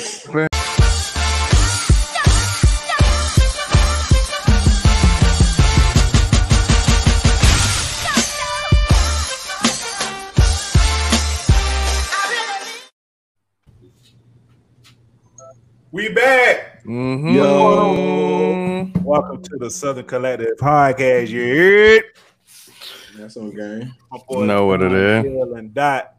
explain. We back. Mhm. Yo. Welcome to the Southern Collective Podcast. Yeah. That's okay. My boy, Know what it is. Bill And Dot.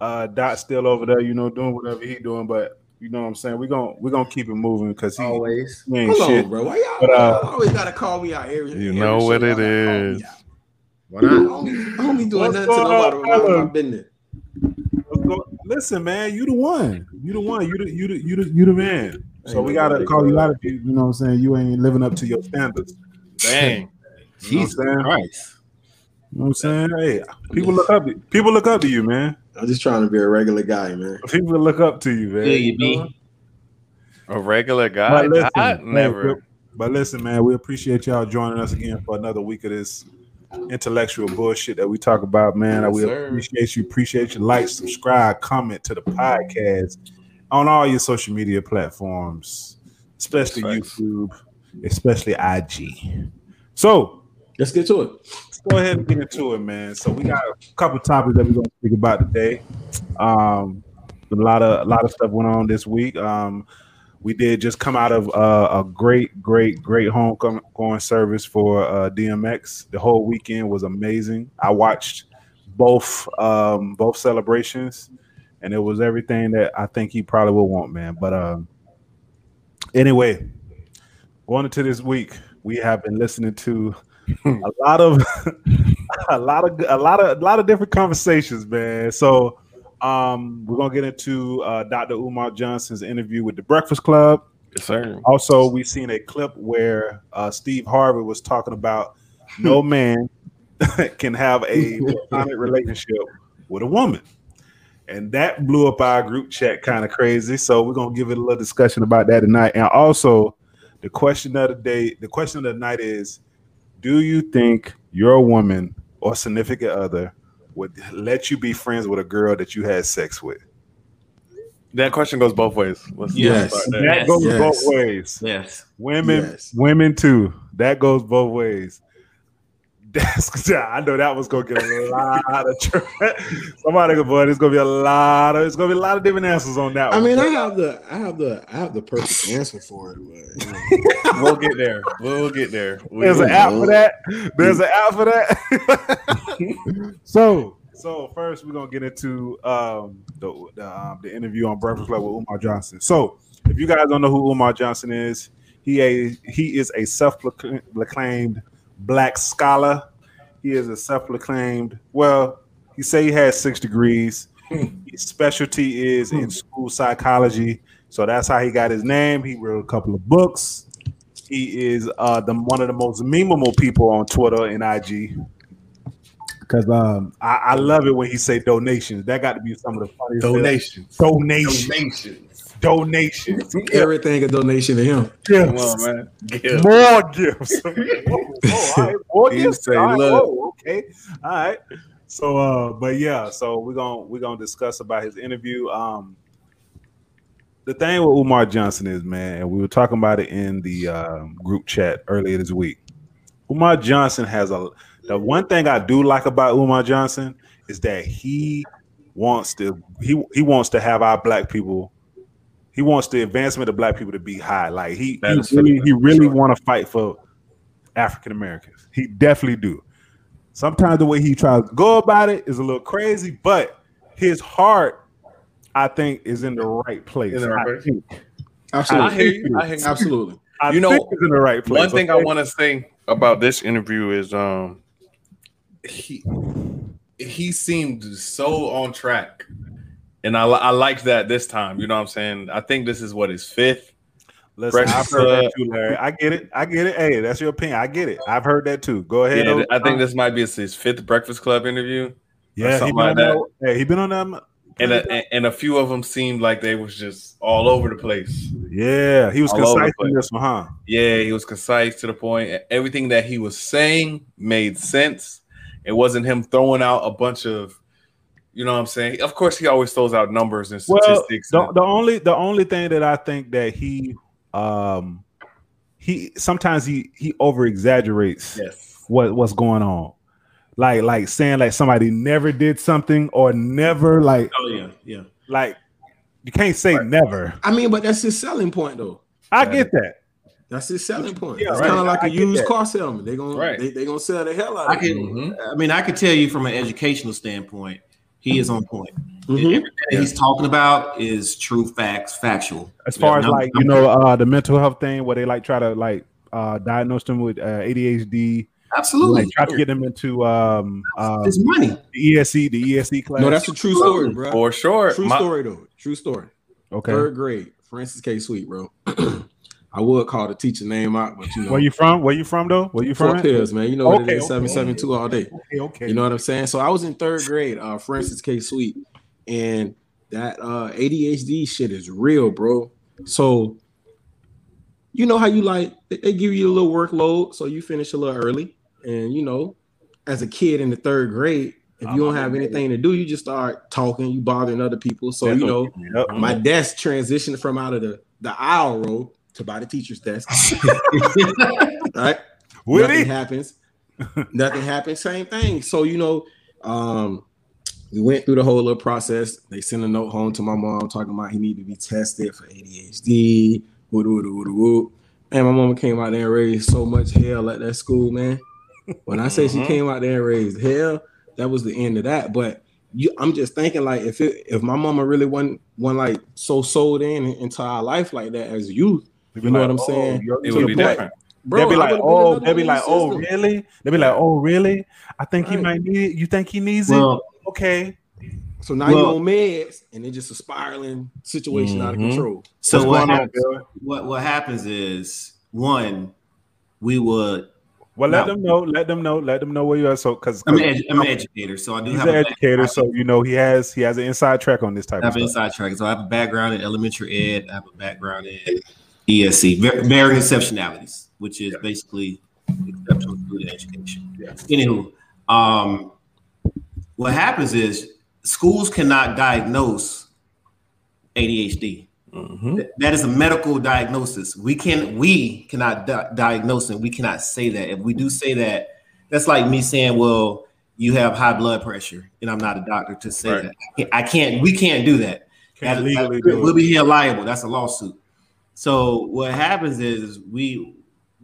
Uh, Dot's still over there, you know, doing whatever he doing, but you know what I'm saying. We're gonna we're gonna keep it moving because he, Always. he ain't Hold shit. on, bro. Why y'all, But, uh, y'all always gotta call me out every You every know shit what y'all it gotta call me is. out. Why I not? don't be- I don't be doing What's nothing to going on, nobody around fellas? my business. Let's go- Listen, man, you the one. You the one. You the you the you the, you the man. So we gotta call you out if you, you know what I'm saying. You ain't living up to your standards. Dang. You know what I'm Jesus saying? Christ. You know what I'm saying? Hey, people look up. to- People look up to you, man. I'm just trying to be a regular guy, man. People look up to you, man. Feel you, You B. know? A regular guy? But listen, I hey, never. But listen, man, we appreciate y'all joining us again for another week of this intellectual bullshit that we talk about, man. Yes, we sir. appreciate you. Appreciate you. Like, subscribe, comment to the podcast on all your social media platforms, especially Facts. YouTube, especially IG. So Let's get to it. let's go ahead and get into it, man. So we got a couple topics that we're gonna speak about today. Um, a lot of a lot of stuff went on this week. Um, we did just come out of uh, a great, great, great homegoing service for uh, DMX. The whole weekend was amazing. I watched both um, both celebrations, and it was everything that I think he probably would want, man. But um, anyway, going into this week, we have been listening to a lot of a lot of a lot of a lot of different conversations, man. So um, we're gonna get into uh, Dr. Umar Johnson's interview with the Breakfast Club. Yes, sir. Also, we seen a clip where uh, Steve Harvey was talking about no man can have a platonic relationship with a woman, and that blew up our group chat kind of crazy. So we're gonna give it a little discussion about that tonight. And also, the question of the day, the question of the night is: Do you think your woman or significant other would let you be friends with a girl that you had sex with? That question goes both ways. Let's Yes. let's start there. That Yes. goes Yes. both ways Yes. women Yes. women too that goes both ways that's yeah, i know that was gonna get a lot of tr- somebody go boy there's gonna be a lot of it's gonna be a lot of different answers on that I one mean, I have the I have the I have the perfect answer for it, but you know. We'll get there. We'll get there. We- there's an Yeah. app for that there's an app for that so so first we're gonna get into um the the, um, the interview on breakfast club with umar johnson so if you guys don't know who umar johnson is He a he is a self-proclaimed black scholar. He is a self-proclaimed. Well, he say he has six degrees. His specialty is Hmm. in school psychology, so that's how he got his name. He wrote a couple of books. He is uh, the one of the most memeable people on Twitter and IG. Because um, I, I love it when he say donations. That got to be some of the funniest Donations. donations, Donations. donations. everything a donation to him. Come on, man. Give. More gifts. Whoa, whoa, oh, all right. More You gifts. say, All right, look. whoa, okay. All right. So uh but yeah, so we're gonna we're gonna discuss about his interview. Um the thing with Umar Johnson is, man, and we were talking about it in the um, group chat earlier this week. Umar Johnson has a the one thing I do like about Umar Johnson is that he wants to he he wants to have our black people. He wants the advancement of black people to be high. Like he That is he really, fair. he really want to fight for African Americans. He definitely do. Sometimes the way he tries to go about it is a little crazy, but his heart, I think, is in the right place. In the right I place. think. I Absolutely. hear you. I hear you. Absolutely. I You know, think it's in the right place. One thing I okay? want to say about this interview is um he he seemed so on track. And I, li- I like that this time. You know what I'm saying? I think this is what his fifth. Listen, I've Breakfast heard that Club. too, Larry. I get it. I get it. Hey, that's your opinion. I get it. I've heard that too. Go ahead. Yeah, Oak. I think this might be his, his fifth Breakfast Club interview. yeah, he something been like on that. Yeah, he been on them. And uh, a, and- and a few of them seemed like they was just all over the place. yeah, he was all over the concise in place. this one, huh? Yeah, he was concise to the point. Everything that he was saying made sense. It wasn't him throwing out a bunch of You know what I'm saying? Of course, he always throws out numbers and Well, statistics. the, and- the only the only thing that I think that he um he sometimes he he over exaggerates yes. what what's going on. Like like saying like somebody never did something or never like Oh yeah, yeah. like you can't say never. I mean, but that's his selling point, though. I Right. get that. That's his selling point. Yeah, it's right. kind of like I a get used that. car salesman. They're gonna Right. they, they gonna sell the hell I out of it. can. Mhm. I mean, I could tell you from an educational standpoint, he is on point. Mm-hmm. Mhm. Everything that he's talking about is true facts, factual. As far as Yeah, no, like you know uh the mental health thing where they like try to like uh diagnose them with uh, ADHD, Absolutely, like try to get them into um uh it's money. the ESC the ESC class. No, that's a true story, bro. For sure. True My- story though. True story. okay. Third grade, Francis K. Sweet, bro. I would call the teacher name out, but you know, Where you from? Where you from though? Where you Fort from? Pierce, man. You know what Okay, it is, okay. seven seven two all day. Okay, okay. You know what I'm saying? So I was in third grade, uh, Francis K. Sweet, and that uh, ADHD shit is real, bro. So you know how you like they- they give you a little workload, so you finish a little early, and you know, as a kid in the third grade, if you don't have anything to do, you just start talking, you bothering other people. So you know, Yep. my desk transitioned from out of the the aisle row to by the teacher's desk. right? Would nothing he? happens. nothing happens. Same thing. So you know, um, we went through the whole little process. They sent a note home to my mom talking about he needed to be tested for ADHD. Woo, woo, woo, woo, woo. And my mama came out there and raised so much hell at that school, man. When I say Mm-hmm. she Mhm. came out there and raised hell, that was the end of that. But you, I'm just thinking like if it, if my mama really wasn't one like so sold in into our life like that as youth, They'd be You know like, what I'm saying? Oh, It you're- to the would be point. different. bro, they'd be I like, would've been oh, another they'd be like, little oh, sister. really? They'd be like, oh, really? I think he Right. might need. it. You think he needs Well, it? Okay. So now Well- you're on meds, and it's just a spiraling situation out of Mhm. control. so What's what, going on, hap- Bill? what? What happens is one, we would. Well, let No. them know. Let them know. Let them know where you are. So, because I'm an, edu- I'm an educator, so I do he's have an a educator, so you know he has he has an inside track on this type I of have an stuff. inside track. So I have a background in elementary ed. I have a background in ESC, var- varying exceptionalities, which is basically exceptional student education. Yeah. Anywho, um, what happens is schools cannot diagnose ADHD. Mhm. Th- That is a medical diagnosis. We can we cannot di- diagnose and we cannot say that. If we do say that, that's like me saying, "Well, you have high blood pressure," and I'm not a doctor to say Right. that. I can't, I can't. We can't do that. Can't That- legally that- do we'll it. be here liable. That's a lawsuit. So what happens is we,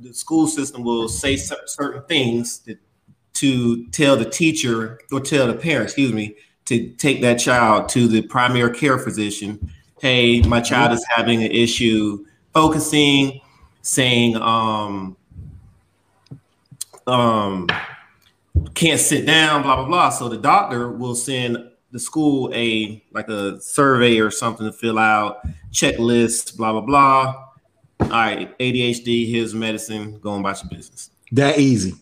the school system will say cer- certain things to, to tell the teacher or tell the parent, excuse me, to take that child to the primary care physician. Hey, my child is having an issue focusing, saying, um, um, can't sit down, blah blah blah. So the doctor will send the school a like a survey or something to fill out, checklist, blah blah blah. All right, ADHD, here's medicine, go and about your business. That easy.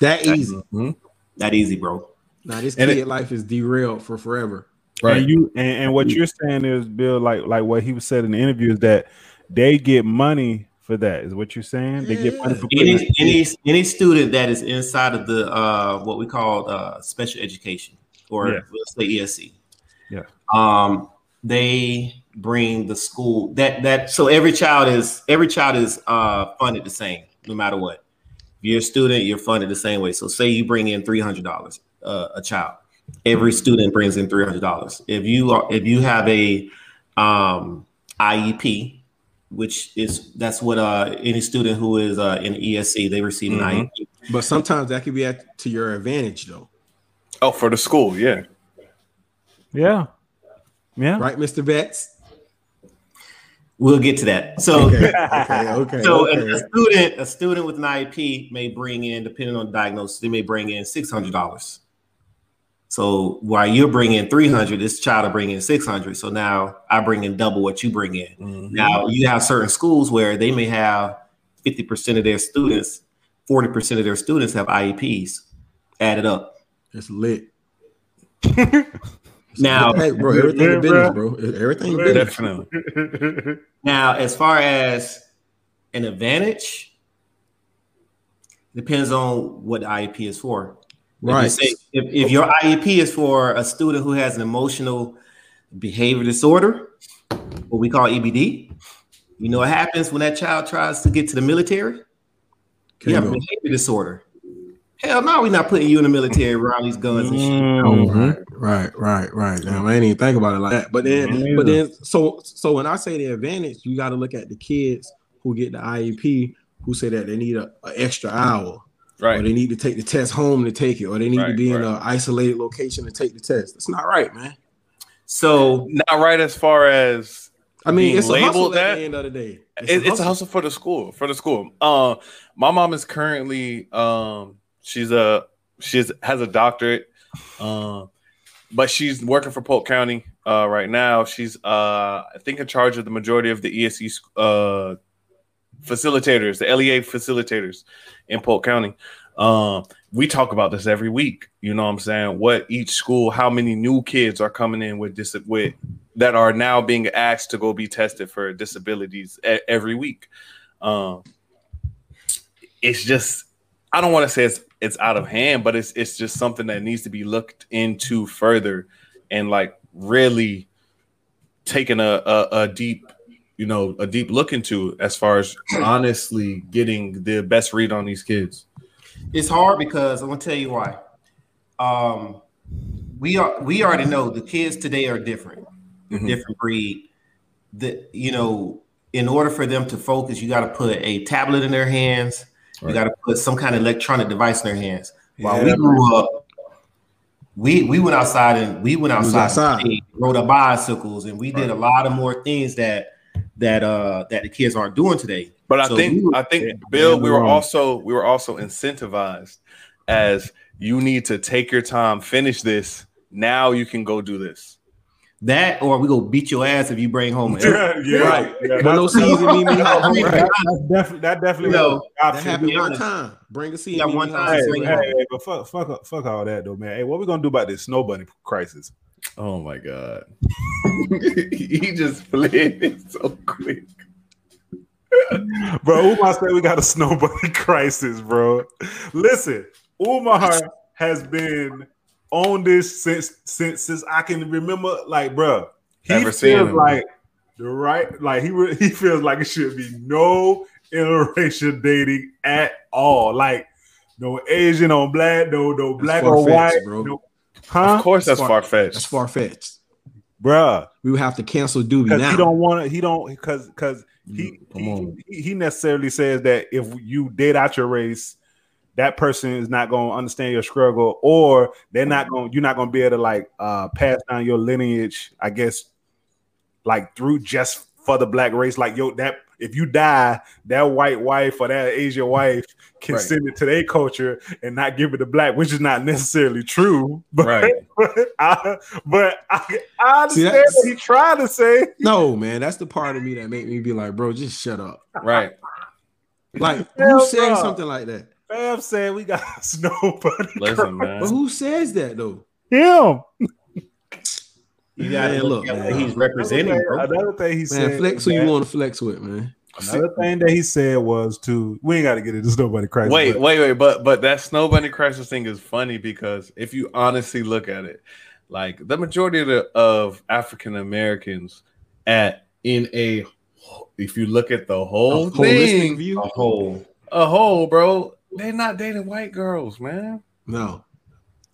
That easy. Mm-hmm. That easy, bro. Now this And kid life is derailed for forever. Right. And you and, and what you're saying is, Bill, like like what he was said in the interview is that they get money for that. Is what you're saying? They get money for putting Any any any student that is inside of the uh what we call uh special education or Yeah. let's say ESC. Yeah. Um they bring the school that that so every child is every child is uh funded the same no matter what. If you're a student, you're funded the same way. So say you bring in three hundred dollars uh, a child. Every student brings in three hundred dollars. If you are if you have a um IEP, which is that's what uh any student who is uh in ESC they receive an Mm-hmm. E Mhm. IEP. But sometimes that could be at, to your advantage though. Oh, for the school, yeah. yeah, yeah. Right, Mr. Betts? We'll get to that. So Okay. Okay. Okay. Oh. so uh, a- a okay. student a student with an IEP may bring in depending on the diagnosis they may bring in six hundred dollars. So while you're bringing three hundred, this child will bring in six hundred. So now I bring in double what you bring in. Now you have certain schools where they may have 50% of their students, 40% of their students have IEPs added up. It's lit. Now Hey, bro, Yeah, everything bro. in business, bro. E-, Everything in Yeah. business. Definitely. now as far as an advantage depends on what the IEP E is for. If, you Right. say, if, if your IEP is for a student who has an emotional behavior disorder, what we call EBD, you know what happens when that child tries to get to the military? Can you have a go. behavior disorder. Hell no, we're not putting you in the military around these guns and shit. Oh, right, right, right, right. Damn, I didn't even think about it like that. But then, Me but neither. then, so, so when I say the advantage, you got to look at the kids who get the IEP who say that they need a, a extra hour, or Right. they need to take the test home to take it, or they need to Right, be in right. an isolated location to take the test. That's not right, man. So Not right as far as I mean, Being it's a hustle labeled at that- the end of the day. it, it's a hustle for the school for the school um my mom is currently um she's a she's has a doctorate um but she's working for polk county uh right now she's uh i think in charge of the majority of the esc sc- uh facilitators the lea facilitators in polk county um we talk about this every week you know what i'm saying what each school how many new kids are coming in with dis- with that are now being asked to go be tested for disabilities e- every week. Um, it's just I don't want to say it's it's out of hand, but it's it's just something that needs to be looked into further and like really taking a a, a deep you know a deep look into as far as honestly getting the best read on these kids. It's hard because I'm gonna tell you why. Um, we are we already know the kids today are different, Mm-hmm. Mhm. different breed. The you know, in order for them to focus, you got to put a tablet in their hands. You Right. got to put some kind of electronic device in their hands. While Yeah, we grew up, we we went outside and we went We was outside, outside. And played, rode our bicycles, and we did a lot of more things that that uh that the kids aren't doing today. But I So think we were- I think yeah, Bill, man, we were wrong. also we were also incentivized as you need to take your time, finish this. Now you can go do this. That or we go beat your ass if you bring home. an Yeah, yeah, Right. yeah. When those season meet me I home, mean, Right. right? That, that's definitely that definitely No, was an That option. happened be one honest. time. Bring a season. Yeah, meet one me time. Hey, home. hey, hey, but fuck, fuck, fuck all that though, man. Hey, what we gonna do about this snow bunny crisis? Oh my god. he just played it so quick. Bro, Umar said we got a snow bunny crisis, bro. Listen, Umar has been on this since since since I can remember. Like, bro, he Ever seen feels him. like the right, like he re- he feels like it should be no interracial dating at all. Like, no Asian on black, no no black or far-fetched, white, bro. no- Of huh, course that's Far- far fetched. That's far fetched. Bruh. We would have to cancel Doobie Because now. he don't want to. He don't because because he Mm, come on. he, he necessarily says that if you did out your race, that person is not going to understand your struggle, or they're not going. You're not going to be able to like uh, pass down your lineage. I guess like through just for the black race. Like yo, that if you die, that white wife or that Asian wife can Right. send it to their culture and not give it to black, which is not necessarily true. But Right. but I, but I, I See, understand that's- what he trying to say. No, man, that's the part of me that make me be like, bro, just shut up. Right. Like, Hell who says no. something like that? Fam said we got a snow bunny. Listen, But man. who says that though? Him. You gotta Man, look, look, at what man. he's representing. Another bro. thing, another thing he Man, said. flex who you that- want to flex with, man. Another thing that he said was to we ain't got to get into snow bunny crisis. Wait, but- wait, wait, but but that snow bunny crisis thing is funny because if you honestly look at it, like the majority of, the, of African Americans at in a if you look at the whole A thing, holistic view? A whole. a whole bro, they're not dating white girls, man. No.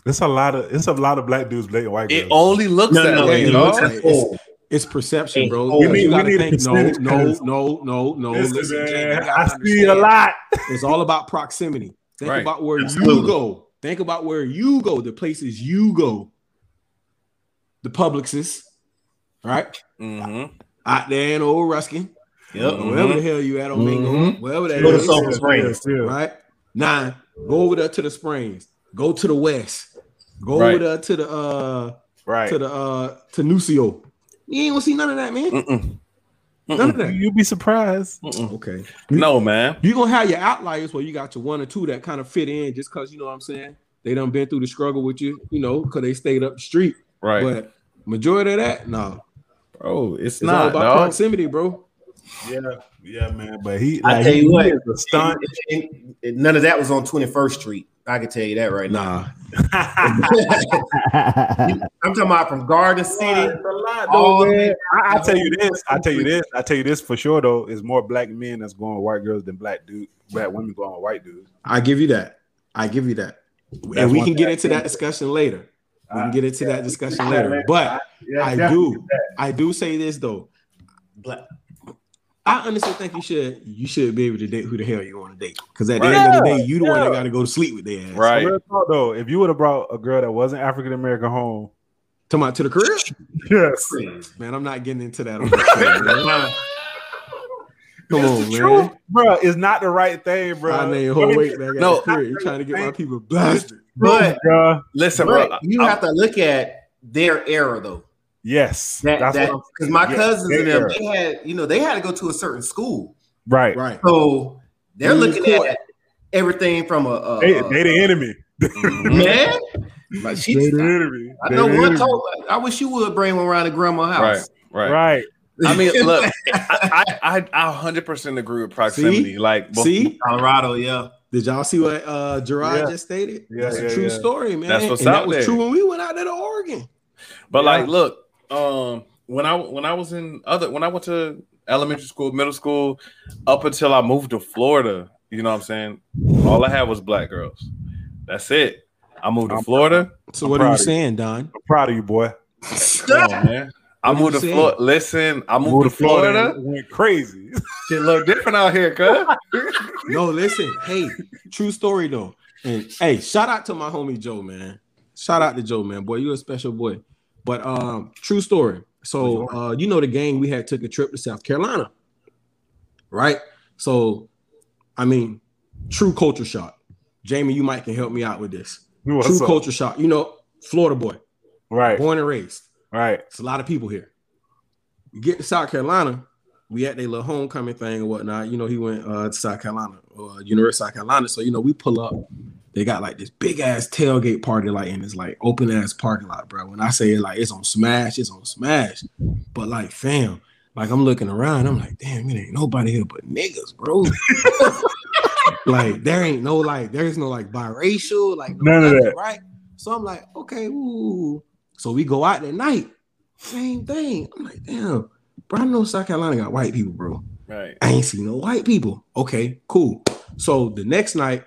it's a lot of it's a lot of black dudes dating white It girls. only looks No, that no, way, it y'all. looks a whole. It's perception, Hey, bro. we Like, need- you oh, we gotta need a think, no, percentage, no, 'cause- no, no, no. Oh, Listen, Listen, man, Jay, you gotta I see a understand. lot. It's all about proximity. Think Right. about where you Absolutely. go. Think about where you go, the places you go. The Publixes, right? Mhm. Out there in Old Ruskin, Yep. wherever Mm-hmm. the hell you at on Mingo, Mhm. wherever that Go to is. Sulphur Springs. Yeah, yeah. right? Nine, go over there to the springs, go to the west, go Right. over there to the uh Right. to the uh to Nucio. You ain't gonna see none of that, man. Mm-mm. None of Mm-mm. that. You'd be surprised. Mm-mm. Okay. No, man. You're gonna have your outliers where you got your one or two that kind of fit in just because you know what I'm saying. They done been through the struggle with you, you know, because they stayed up the street. Right, But majority of that, no. bro. It's, It's all not, about dog. proximity, bro. Yeah, yeah, man. But he, I like, tell he you what, is a stunt. And- and- and none of that was on 21st Street. I can tell you that right now. Nah, I'm talking about from Garden City. It's a lot, All though, man. I, I tell you this. I tell you this. I tell you this for sure though. It's more black men that's going with white girls than black dude, black women going with white dudes. I give you that. I give you that. That's and we one thing can get I into think. that discussion later. We can Uh, get into that discussion yeah, later. man. But Yeah, I definitely do. that. I do say this though. Black. I honestly think you should you should be able to date who the hell you want to date. Because at the end of the day, you the one that yeah. got to go to sleep with their ass. So Right. real talk, though, if you would have brought a girl that wasn't African American home, Come out to the crib, yes, man. I'm not getting into that. On this show, man. Come It's on, the man. truth, bro, it's not the right thing, bro. I named whole weight back at No. the crib. You trying to get my people blasted? But, Bruh, Listen, but bro. you I- have to look at their era though. yes, That that's that what I'm- because my Yeah, cousins and their them, they had you know they had to go to a certain school, right. Right. so they're Mm, looking cool. at everything from a, a, They, a- they the enemy. mm-hmm. man. Like she, They the enemy. I They know the one enemy. told. like, I wish you would bring one around to grandma's Right. house. Right. Right. I mean, look, I I- I hundred percent agree with proximity. Like, bef- See, Colorado, yeah. did y'all see what uh Gerard Yeah. just stated? Yeah, That's yeah, a true yeah. story, man. That's what's and out that was there. true when we went out there to Oregon. but Yeah. like, look, um, when I when I was in other when I went to elementary school, middle school, up until I moved to Florida, you know what I'm saying? All I had was black girls. That's it. I moved to I'm- Florida. So I'm what are proud you of you. saying, Don? I'm proud of you, boy. Come on, man. I What moved to you saying? Florida. Listen, I moved, to Florida. and went crazy. Shit look different out here, cuz. No, listen. Hey, true story though. And hey, shout out to my homie Joe, man. Shout out to Joe, man. Boy, you a special boy. But um, true story. So uh, you know the gang we had took a trip to South Carolina, right? So, I mean, true culture shock. Jamie, you might can help me out with this. What's true up? culture shock. You know, Florida boy, Right. born and raised. Right. It's a lot of people here. We get to South Carolina, we at their little homecoming thing and whatnot. You know, he went uh, to South Carolina, uh, University of South Carolina. So you know, we pull up. They got like this big ass tailgate party, like in this like open ass parking lot, bro. When I say it, like it's on smash, it's on smash. But like, fam, like I'm looking around, I'm like, damn, it ain't nobody here but niggas, bro. like there ain't no like, there's no like biracial, like no None of nothing, that. right? So I'm like, okay, ooh. So we go out that night, same thing. I'm like, damn, bro, I know South Carolina got white people, bro. Right. I ain't seen no white people. Okay, cool. So the next night,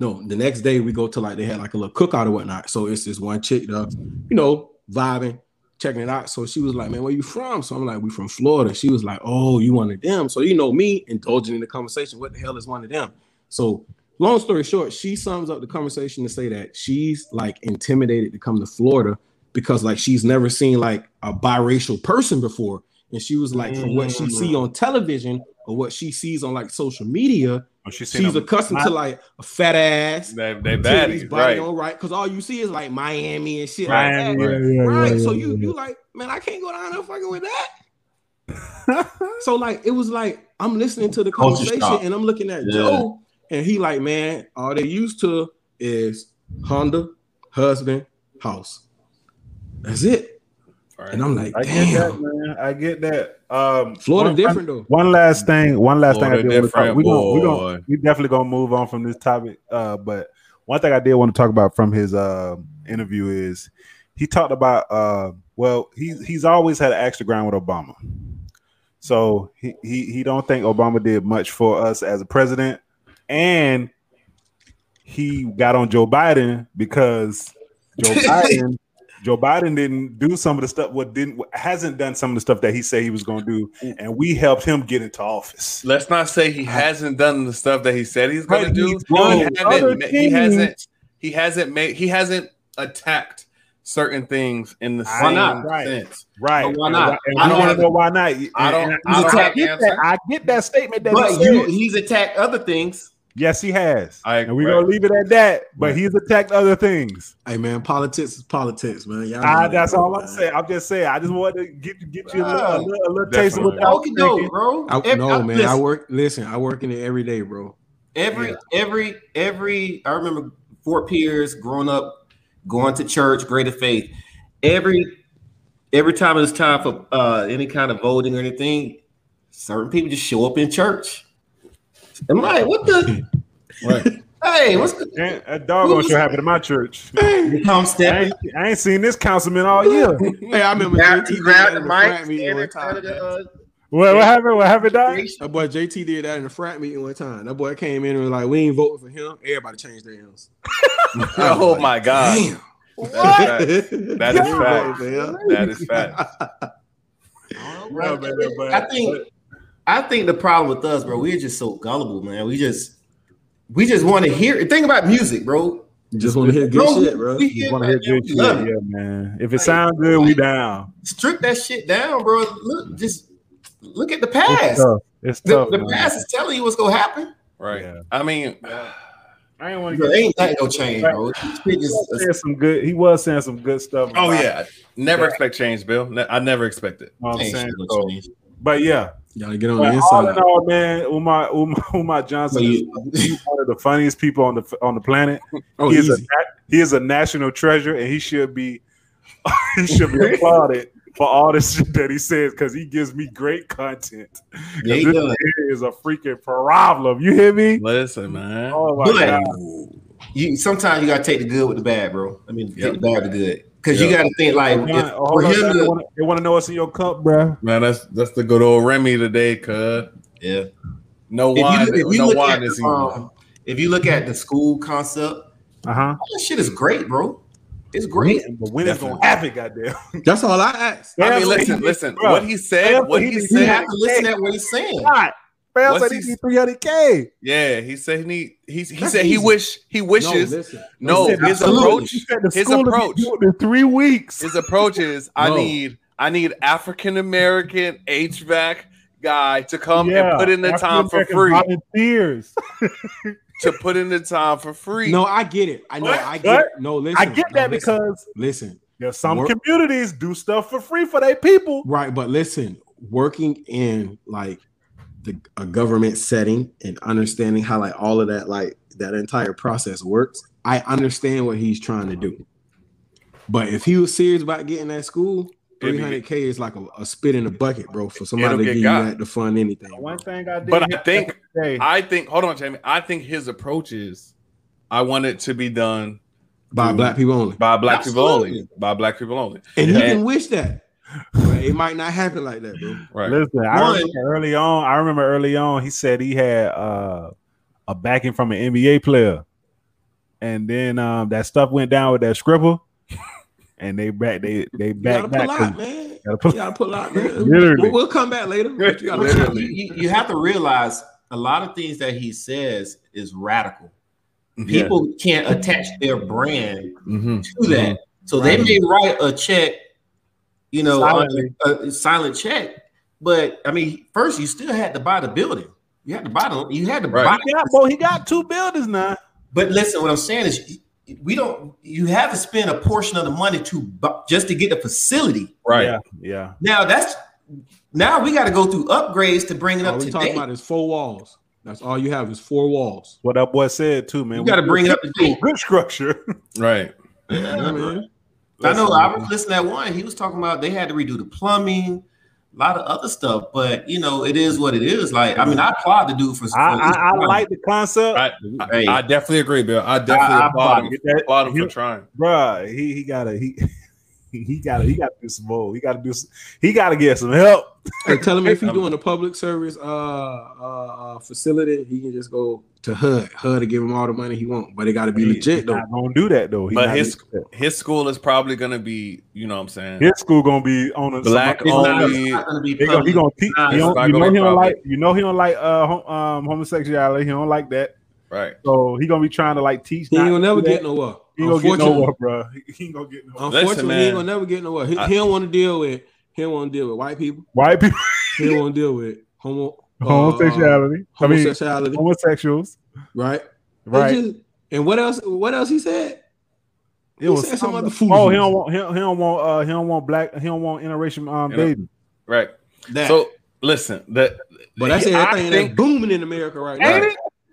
no, the next day we go to like they had like a little cookout or whatnot. So it's this one chick, uh, you know, vibing, checking it out. So she was like, "Man, where you from?" So I'm like, "We from Florida." She was like, "Oh, you one of them?" So you know me indulging in the conversation. What the hell is one of them? So long story short, she sums up the conversation to say that she's like intimidated to come to Florida because like she's never seen like a biracial person before. And she was like, from what she see on television or what she sees on like social media, Oh, she's seen she's them. accustomed to like a fat ass, They they titties, baddies, right? body on right, because all you see is like Miami and shit Miami, like that. yeah, yeah, right. yeah, so yeah, you yeah. you like, man, I can't go down there fucking with that. So like it was like I'm listening to the Culture conversation shock. and I'm looking at Yeah. Joe and he like, man, all they used to is Honda, husband, house. That's it. Right. And I'm like, I get that, damn, man. I get that. Um, Florida one- different though. One last thing. One last Florida thing. I did want to talk. different, We gonna, we boy. gonna, we definitely gonna move on from this topic. Uh, but one thing I did want to talk about from his uh, interview is he talked about. Uh, well, he's he's always had an extra ground with Obama, so he, he he don't think Obama did much for us as a president, and he got on Joe Biden because Joe Biden. Joe Biden didn't do some of the stuff what didn't what hasn't done some of the stuff that he said he was going to do and we helped him get into office. Let's not say he hasn't done the stuff that he said he's going to Right, do. he's He, done haven't other ma- he things. hasn't. He hasn't made. He hasn't attacked certain things in the Why same not? Right. sense. Right. But why not? And I I don't don't want have- to know why not. And- I don't- and I don't have get an that. answer. I get that statement that he But you, said. he's attacked other things. yes, he has. I- and we're right. going to leave it at that. But Right. he's attacked other things. Hey man, politics is politics, man. Y'all I, know Ah, that's that, all I'm man. saying. I'm just saying. I just wanted to get, get you a little, a little, a little taste of what y'all Okie thinking. doke, bro. I, Every- no, man. I listen, work. Listen, I work in it every day, bro. every every every I remember Fort Pierce growing up, going to church, greater faith. Every every time it's time for uh, any kind of voting or anything, certain people just show up in church. I'm like, what the Right. Hey, what's good? Ain't- That doggone sure happened to my church. Tom I Step? ain't, I ain't seen this councilman all year. Hey, I remember Grab, JT grab the did that in a frat mic. meeting stand one in front of time. the, man. uh, What, what happened? What happened, Doc? That boy JT did that in a frat meeting one time. That boy came in and was like, "We ain't voting for him." Everybody changed their hands. oh my god, that is fact. That is fact. That is fact. No, man, but- I think I think the problem with us, bro, we're just so gullible, man. We just we just want to hear. Think about music, bro. Just want to hear good No, shit, bro. we hear Wanna hear that, man, good we love shit, it. yeah, man. If it sounds good, we down. Strip that shit down, bro. Look, just look at the past. It's tough. It's The, tough. the man. past is telling you what's gonna happen. Right. Yeah. I mean, I ain't want to Bro, get. ain't that no change, bro. Shit He was just- saying some good. He was saying some good stuff. oh about it, yeah, never expect change, Bill. Ne- I never expect it. you know what I'm ain't shit saying? gonna So, change. but yeah, Y'all get on but the all in inside. all, man, Umar Umar, Umar Johnson is he's one of the funniest people on the on the planet. Oh, he is a easy. nat- he is a national treasure, and he should be he should be applauded for all this shit that he says because he gives me great content. 'Cause Yeah, he this does. here is a freaking problem. You hear me? Listen, man. Oh my But god! you sometimes you gotta take the good with the bad, bro. I mean, Yep. take the bad with the good because you Yep. gotta think like Hold if, on, hold for on, him man. to- They wanna- They want to know what's in your cup, bruh. Man, that's that's the good old Remy today, cuz. yeah. No If you- wine, if you no look wine at, this evening. um, if you look at the school concept, Uh Uh-huh. huh. all that shit is great, bro. It's great. But when it's gonna Definitely. happen, goddamn. That's all I asked. I mean, Damn, listen, he- listen. bruh. What he said, Damn, what he he did- You Yeah. said. have to listen at what he's saying. God, Bam What's said he- he need 300k. Yeah, he said he need, he he That's said he easy. wish he wishes. listen. No, He said, his absolutely. approach He said the his school is approach. due in three weeks. his approach is I No. need I need African American HVAC guy to come Yeah, um, and put in the time for African-American free. Volunteers. To put in the time for free. No, I get it. I know. What? I What? get. It. No, listen. I get No, that um, listen. because listen. there's some Work- communities do stuff for free for their people. Right, but listen, working in like the a government setting and understanding how like all of that like that entire process works, I understand what he's trying to do. But if he was serious about getting that school, It'd be- 300k is like a, a spit in a bucket, bro, for somebody It'll to get give you got. that to fund anything. bro. One thing I did, But I think- hey, I think hold on, Jamie. I think his approach is I want it to be done By black people only. by black people only. Absolutely. By black people only. And you Yeah. can wish that. But it might not happen like that, bro. Right. listen. I One- remember early on. I remember early on. He said he had uh, a backing from an NBA player, and then um, that stuff went down with that scribble, and they back they they You gotta back pull back. out, man. gotta pull- You gotta pull out, man. Literally. We'll, we'll come back later. but you gotta- You, you- you have to realize a lot of things that he says is radical. People can't attach their brand hmm to that, so they may write a check, you know, Silently. a, a silent check. But I mean, first you still had to buy the building. You had to buy the. You had to Right. buy He got, boy, he got two buildings now. But listen, what I'm saying is, we don't. You have to spend a portion of the money to bu- just to get the facility. Right. Yeah. Yeah. Now that's now we got to go through upgrades to bring it All up we to talking date. about is four walls. That's all you have is four walls. What that boy said too, man. You got to bring it up to date. good structure. Right. I know. I was listening to that one. He was talking about they had to redo the plumbing, a lot of other stuff. But you know, it is what it is. Like I mean, I applaud the dude for. I, I, I like the concept, I, Hey. I definitely agree, Bill. I definitely I applaud, him, get that. applaud him He- for trying. bruh. He he gotta he he gotta he gotta do some more. He gotta do some, he gotta get some help. Hey, tell him if he's doing a public service uh, uh uh facility, he can just go to HUD. HUD to give him all the money he want, but it got to be He- legit he though. Not gonna do that though. He But not his- gonna do His school is probably gonna be, you know what I'm saying? that. his school gonna be on a Black some- owned. Not, only- it's not gonna be They gonna, he public. gonna teach. Nah, you, it's don't- not you gonna know be he don't public. like. You know he don't like uh, hom- um, homosexuality. He don't like that. Right. So he gonna be trying to like teach. He not ain't gonna to never do get that. nowhere. He ain't gonna get Unfortunately, nowhere, bro. He ain't gonna get nowhere. unfortunately, he man. ain't gonna never get nowhere. He, I- he don't want to deal with. He don't want to deal with white people. White people, He don't want to deal with homo uh, homosexuality. I mean, homosexuality, homosexuals. right? They Right. just- and what else? What else he said? It was said some some- other food. Oh, he don't want he, he don't want uh he don't want black he don't want interracial um You know, baby. Right. That. So listen, that But that's I everything that's think- booming in America right now.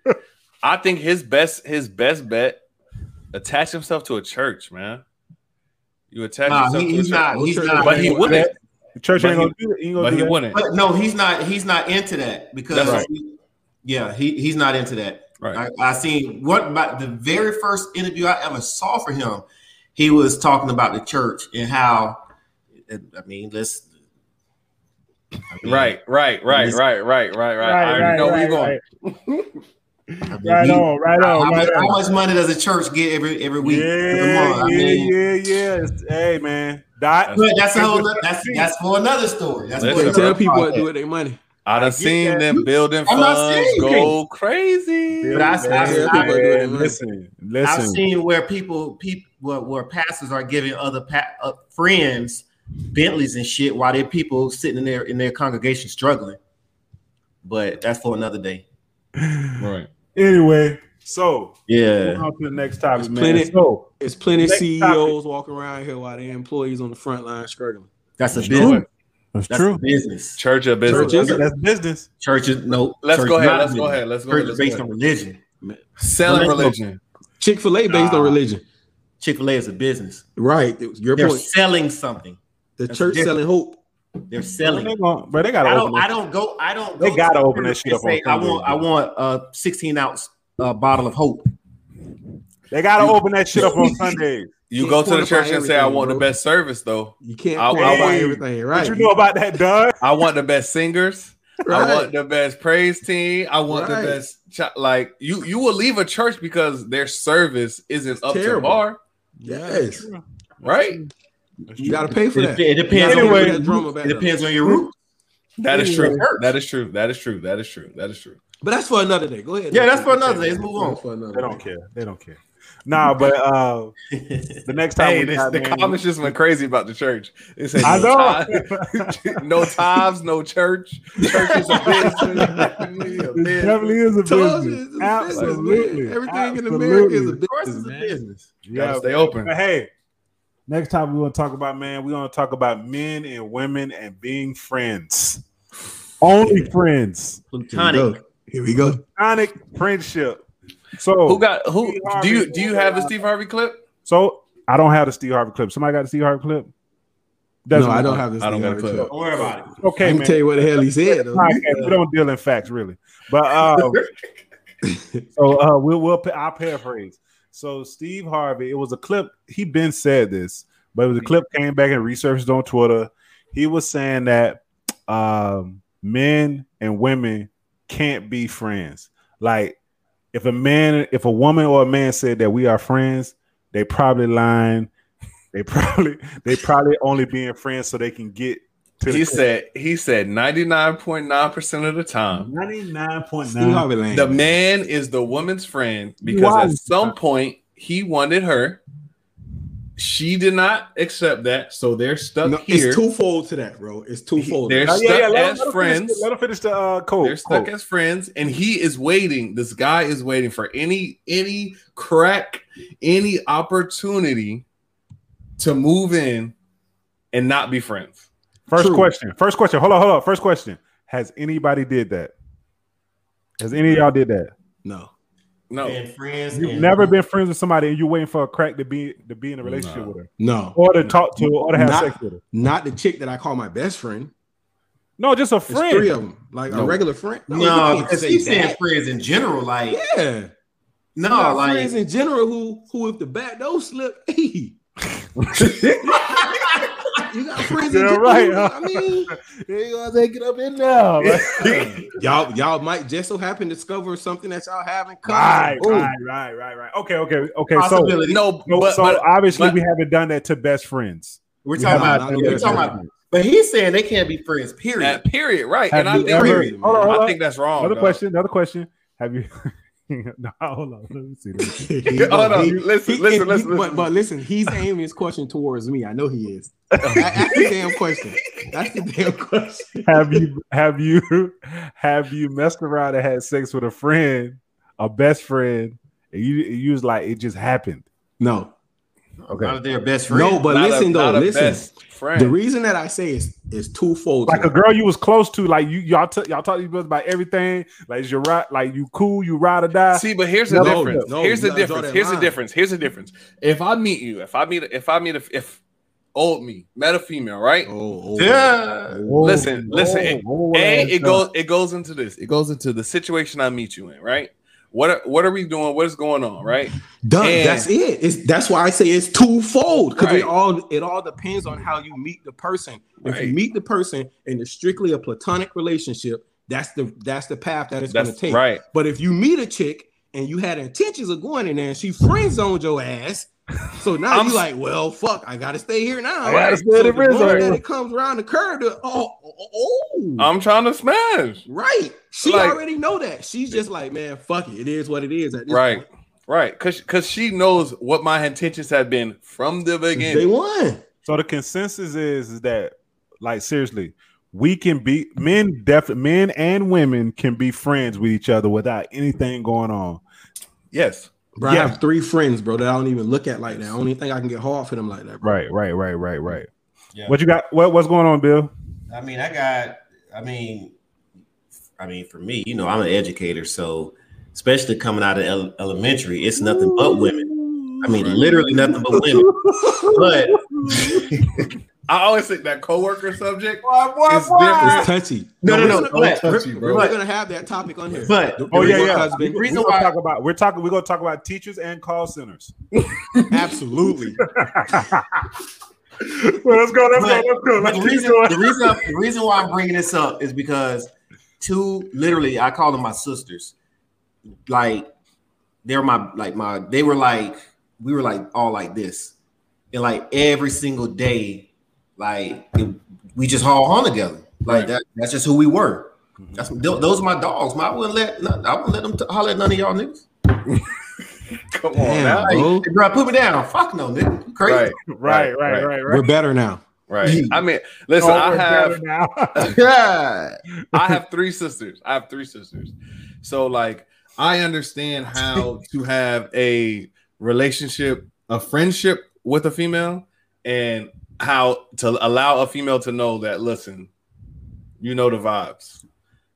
Right. I think his best his best bet attach himself to a church, man. You attach Nah, yourself he- to he's a not. church. He's But not. But he wouldn't. The church But ain't he- gonna do it. He ain't gonna But do he that. wouldn't. But no, he's not. He's not into that because That's right. yeah, he, he's not into that. Right. I, I seen what about the very first interview I ever saw for him. He was talking about the church and how, I mean, let's. I mean, Right, right, right, right, right, right, right. I Right, already right, know where right, you're going. right. I mean, Right he- on, right how, on, much, right how on. much money does a church get every every week? every Yeah, month? I yeah, mean, yeah, yeah. It's- Hey, man, Dot. But that's a whole. noth- That's that's for another story. That's for Listen, But another tell people what to do podcast. with their money. I done get seen that. them building I'm not funds saying go crazy. But I- I- Man, I- man, listen, I've listen. seen where people people where, where pastors are giving other pa- uh, friends Bentleys and shit while their people sitting in their in their congregation struggling. But that's for another day. Right. Anyway, so moving Yeah. on to the next topic, There's man. plenty- So It's plenty of Next CEOs walking around here while their employees on the front line struggling. That's a You know business. what? that's That's a true. business. Church or business. Churches- That's business. Churches, no. Let's church go not ahead. Let's go business. ahead. Let's go Church ahead. is Let's based go on ahead. religion. Selling Let's go. religion. Chick Fil A based Nah. on religion, Chick Fil A is a business. right? It was your They're point. selling something. The that's church different. selling hope. They're But selling. they, gonna, but they gotta I open don't. it. I don't go. I don't. They go gotta to open that shit church and up on say, I want. I Sunday. want a 16 ounce uh, bottle of hope. They gotta open that shit up on Sundays. You Can't go to the quantify church and say, I everything, want the bro. best service, though. You can't I- I quantify want- everything, right? What you know about that, Doug? I want the best singers. I Right. want the best praise team. I want Right. the best. Ch- like you, you will leave a church because their service isn't up to terrible. par, yes, right? you got to pay for It, that. dep- it depends. You on gotta Anyway, pay your, for that drama back it up. depends on your route. That is true. Yeah. That is true. That is true. That is true. That is true. But that's for another day. Go ahead. Yeah, that's for another day. Let's move on. That's for another They day. don't care. They don't care. Nah, but uh, the next time Hey, we this, got, the man, comments just went crazy about the church. They said, I no know. tithe- no tithes, no church. Church is a business. Definitely a It business. definitely is a Told you, business. it's a business, Absolutely. man. Everything in America is a Absolutely. business. course it's a man. business. Gotta Yeah, stay open. But hey, next time we want to talk about man, we want to talk about men and women and being friends. Only friends. Plutonic. Here we go. Iconic friendship. So Who got who? Steve Do you Harvey. do you have the Steve Harvey clip? so I don't have the Steve Harvey clip. Somebody got the Steve Harvey clip? no, I matter. don't have this. I don't got a thing on clip. the top. Don't worry about it. Okay, I can man. tell you what the hell he said. Though. podcast. We don't deal in facts, really. But um, so uh, we'll we'll pa- I'll paraphrase. So Steve Harvey, it was a clip. He been said this, but it was a clip came back and resurfaced on Twitter. He was saying that um, men and women can't be friends. Like if a man, if a woman or a man said that we are friends, they probably lying. They probably they probably only being friends so they can get to He the said he said ninety nine point nine percent of the time ninety nine point Steve Harvey Lane. the man is the woman's friend because Why? at some point he wanted her. She did not accept that, so they're stuck No, here. it's twofold to that, bro. It's twofold. There's- Oh, yeah, yeah. Let, Stuck as him- let him finish friends. the- let him finish the uh, code. they're stuck code. as friends, and he is waiting. This guy is waiting for any any crack, any opportunity to move in and not be friends. First True. question. First question. Hold on, hold on. First question. Has anybody did that? Has any of y'all did that? no. No, And friends. You've and- never been friends with somebody and you're waiting for a crack to be to be in a relationship Nah. with her, No. or to talk to, her, or to have Nah. sex with her. Not the chick that I call my best friend. No, just a It's three friend. of them. Like No. a regular friend. No, you can't because say he's saying that. friends in general. Like Yeah. no, No, like friends in general who who if the back door slip, hey. you got friends in Yeah, general. right, who- huh? I mean, You gonna take it up in now. right, y'all y'all might just so happen to discover something that y'all have in right, common. Ooh. right, right, right. Okay, okay, okay. So, possibility. no, so, but, so but obviously but- we haven't done that to best friends. we're We talking have about. not We're been talking friends. about. But he's saying they can't be friends. Period. that period, right? Have and I you think, ever- period, hold on, man. hold I on. think that's wrong. another dog. question. Another question. Have you? no, hold on. Let me see this. Hold on. He- Listen, he- listen, listen, he- But, listen. but listen, he's aiming his question towards me. I know he is. That's the damn question. That's the damn question. have you have you have you messed around and had sex with a friend, a best friend, and you you was like it just happened? No, Out of their best friend. no, but Not a- listen not though, a listen. best friend. The reason that I say it's it's twofold. to Like a that. girl you was close to, like you y'all t- y'all talk to each other about everything. Like is your right, like you cool, you ride or die. See, but here's the No, difference. no, here's you the gotta draw difference. that Here's the line. difference. Here's the difference. If I meet you, if I meet, if I meet, a, if old me met a female, right? Oh, oh, Yeah. Whoa, listen, listen, whoa, whoa, A, that's it tough. goes, it goes into this. It goes into the situation I meet you in, right? What are, what are we doing? What is going on? Right? Done. And- that's it. It's that's why I say it's twofold because Right. it all it all depends on how you meet the person. If Right. you meet the person and it's strictly a platonic relationship, that's the that's the path that it's going to That's take. right. But if you meet a chick and you had intentions of going in there and she friend zoned your ass, so now I'm you like, well, fuck, I gotta stay here now. I gotta stay So in the the friend moment zone. Um, that it comes around the curve, the, oh, oh, oh, I'm trying to smash. right. She Like- already know that. She's just like, man, fuck it. It is what it is. At this Right. point. Right. Cause cause she knows what my intentions have been from the They beginning. won. So the consensus is, is that, like, seriously, we can be men. Def men and women can be friends with each other without anything going on. Yes. Bro, Yeah. I have three friends, bro, that I don't even look at like that. Only thing I can get hard for them like that, bro. Right, right, right, right, right. Yeah. What you got? What what's going on, Bill? I mean, I got. I mean, I mean, for me, you know, I'm an educator, so especially coming out of ele- elementary, it's nothing but women. I mean, literally nothing but women. But I always think that coworker subject is It's different. touchy. No, no, no, We're, but- gonna- touchy, bro. we're gonna have that topic on here. But- The- Oh, the yeah, work yeah. husband- The reason We're gonna why- talk about we're talking we're gonna talk about teachers and call centers. absolutely. Oh, Well, let's go, let's But- go, let's go. But Let's the keep reason, going. the reason, the reason why I'm bringing this up is because two, literally, I call them my sisters. Like they're my, like my, they were like, we were like all like this, and like every single day, like it- we just haul home together. Like Right. that, that's just who we were. That's tho- those are my dogs. Man, I wouldn't let, none- I wouldn't let them t- holler at none of y'all niggas. Come on Damn, now. Like, bro. bro, put me down. Fuck no, nigga. You crazy. Right, Right, right, Right. right, right. We're better now. right. I mean, listen, Oh, I we're have better now. Yeah. I have three sisters. I have three sisters. So like I understand how to have a relationship, a friendship with a female and how to allow a female to know that listen, you know the vibes.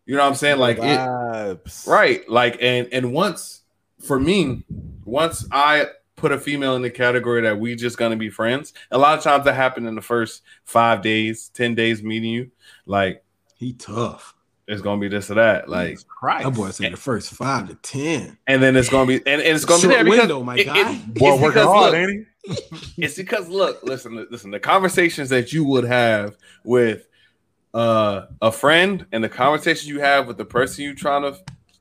You know what I'm saying? Like it Vibes. right. Like and and once for me, once I put a female in the category that we just gonna be friends, a lot of times that happened in the first five days, ten days meeting you. Like He tough. it's gonna be this or that. Like Christ. That boy said the first five to ten. and then it's gonna be and, and it's gonna Short be there because window, my it- guy. it- Boy, it's working because, hard, look, ain't he? it's because look, listen, listen. The conversations that you would have with uh, a friend and the conversations you have with the person you trying to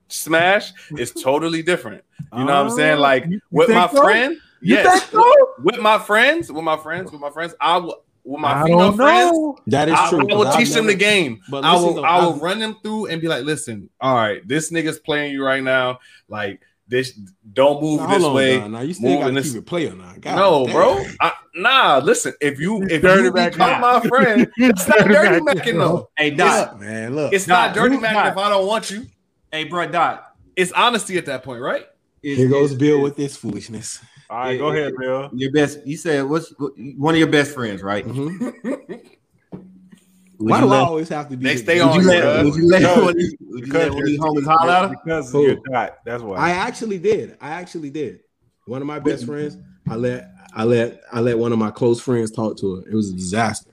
smash is totally different. You know what I'm saying? Oh, Like you- you with my think so? friend, You yes, think so? with my friends, with my friends, with my friends, I will. With my I female don't friends, know. That is I, true. I will I've teach them the never- game. But I listen, will though, I will I've- run them through and be like, listen, all right, this nigga's playing you right now. Like this, don't move Now, this hold on, way. Don. Now you still move gotta in this- keep it player now. God no, damn. bro. I, nah, listen. If you if Dirty you Mac become my Mac. friend, it's not dirty Mac, macking yo. though. Hey, Doc. Doc, man, look. It's not Nah, dirty you- macking nah. if I don't want you. Hey, bro, Doc. It's honesty at that point, right? is- Here goes is- Bill is with this foolishness. All right, go ahead, Bill. your best. You said what's what- one of your best friends, right? Mm-hmm. Would Mhm. you Why do I let- always have to be? They the stay dude? on Would you let? Because- Would you let because- one of these- would you let one of these homies holler at him? Because Who? you're not. That's why. I actually did. I actually did. One of my best friends, I let I let I let one of my close friends talk to her. It was a disaster.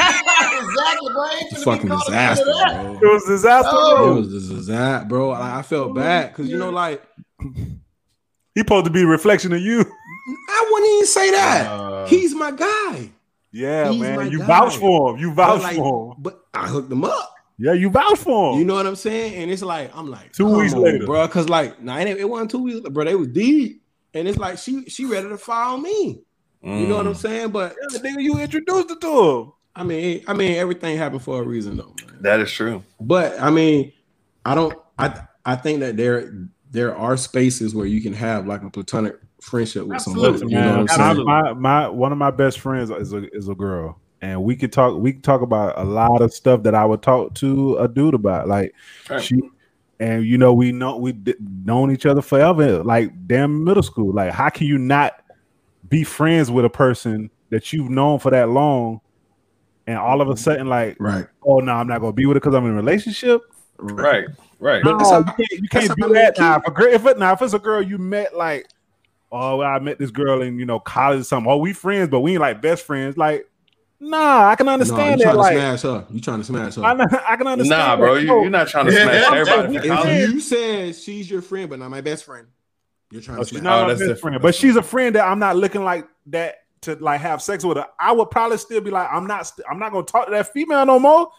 exactly, bro. It was Ain't finna a be fucking called out disaster, of that. it bro. was disaster. Oh. It bro. was a disaster, bro. I, I felt bad because you know, like He supposed to be a reflection of you. I wouldn't even say that. Uh, He's my guy. Yeah, He's my man. You guy. vouch for him. You But vouch like, for him. but I hooked him up. Yeah, you vouch for him. You know what I'm saying? And it's like I'm like Oh. Two weeks later. bro, because like nah, it, ain't- it wasn't two weeks, bro. They was deep, and it's like she she ready to file me. You know what mm. I'm saying? But Yeah, nigga, you introduced it to him. I mean, I mean, everything happened for a reason, though. Man. That is true. But I mean, I don't. I I think that there there are spaces where you can have like a platonic friendship with someone. Absolutely, You know what I'm my, saying? Absolutely. my, my- one of my best friends is a is a girl, and we could talk. We could talk about a lot of stuff that I would talk to a dude about, like Right. she. And you know we know we d- known each other forever, like damn middle school. Like how can you not be friends with a person that you've known for that long, and all of a sudden like, Right. oh no, I'm not gonna be with it because I'm in a relationship. Right, right. But that's No, how- you can't, you that's can't how do I that. met Now, you. if, a girl, if, it, now, if it's a girl you met, like, oh, well, I met this girl in, you know, college or something. Oh, we friends, but we ain't like best friends. Like, Nah, I can understand you that. trying Like, to smash her? You trying to smash her? I, I can understand. Nah, that. bro, you, No, you're not trying to Yeah. smash everybody. If for college. If you said she's your friend, but not my best friend, you're trying Oh, to she's smash. not Oh, my that's best different. friend, That's but she's a friend that I'm not looking like that to like have sex with her. I would probably still be like, I'm not, st- I'm not gonna talk to that female no more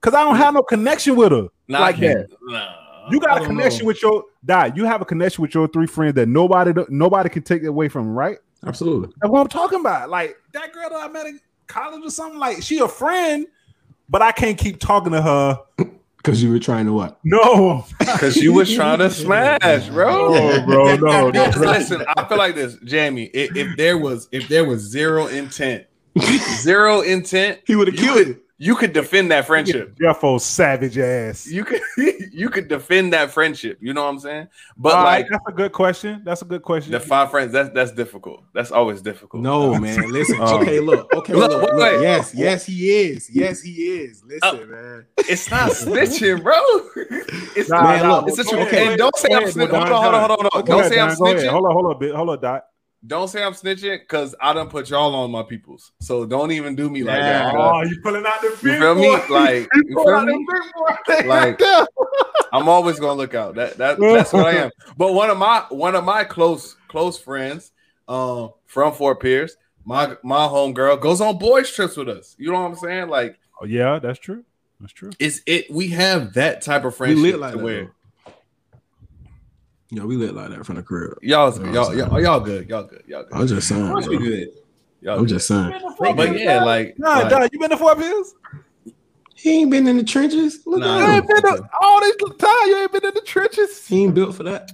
because I don't have no connection with her Nah, like I that. can't. Nah. You I got a don't connection know. with your die. You have a connection with your three friends that nobody, nobody can take it away from, right? Absolutely. That's what I'm talking about. Like that girl that I met in college or something. Like she a friend, but I can't keep talking to her. Because you were trying to what? No, Because you was trying to smash, bro. no, bro, Oh, no, no, bro. Listen, I feel like this, Jamie. If, if there was if there was zero intent, zero intent, He would have killed it. you could defend that friendship. Jeffo savage ass. You could you could defend that friendship. You know what I'm saying? But All right, like that's a good question. That's a good question. the five friends, that's that's difficult. That's always difficult. No, man. Listen. Oh. Okay, look. Okay, Look, look. look, wait. Oh. Yes, yes, he is. Yes, he is. Listen, man. It's not snitching, bro. It's Nah, not. Man, look, it's a go truth. ahead, And don't say go I'm ahead, snitching. Don, Hold on, hold on, hold on, hold on. Go Don't ahead, say I'm Don, go ahead. snitching. Hold on, hold on, bit. Hold on, Doc. Don't say I'm snitching, cause I done put y'all on my peoples. So don't even do me like Yeah. that. bro. Oh, you pulling out the You feel me? Like you feel me? Like I'm always gonna look out. That that that's what I am. But one of my one of my close close friends um from Fort Pierce, my my homegirl goes on boys trips with us. You know what I'm saying? Like Oh, yeah, that's true. That's true. it's it we have that type of We friendship lit like to that. where though. Yeah, we lit like that from the crib. y'all You know what y'all I'm y'all y'all good. Y'all good. Y'all I good. was just saying. Of course we bro. good. Y'all I'm good. just saying. But, but yeah, like, Nah, like- Doc, you been to Fort Pierce? He ain't been in the trenches. Look Nah, I You at ain't him. been to, all this time. You ain't been in the trenches. He ain't built for that.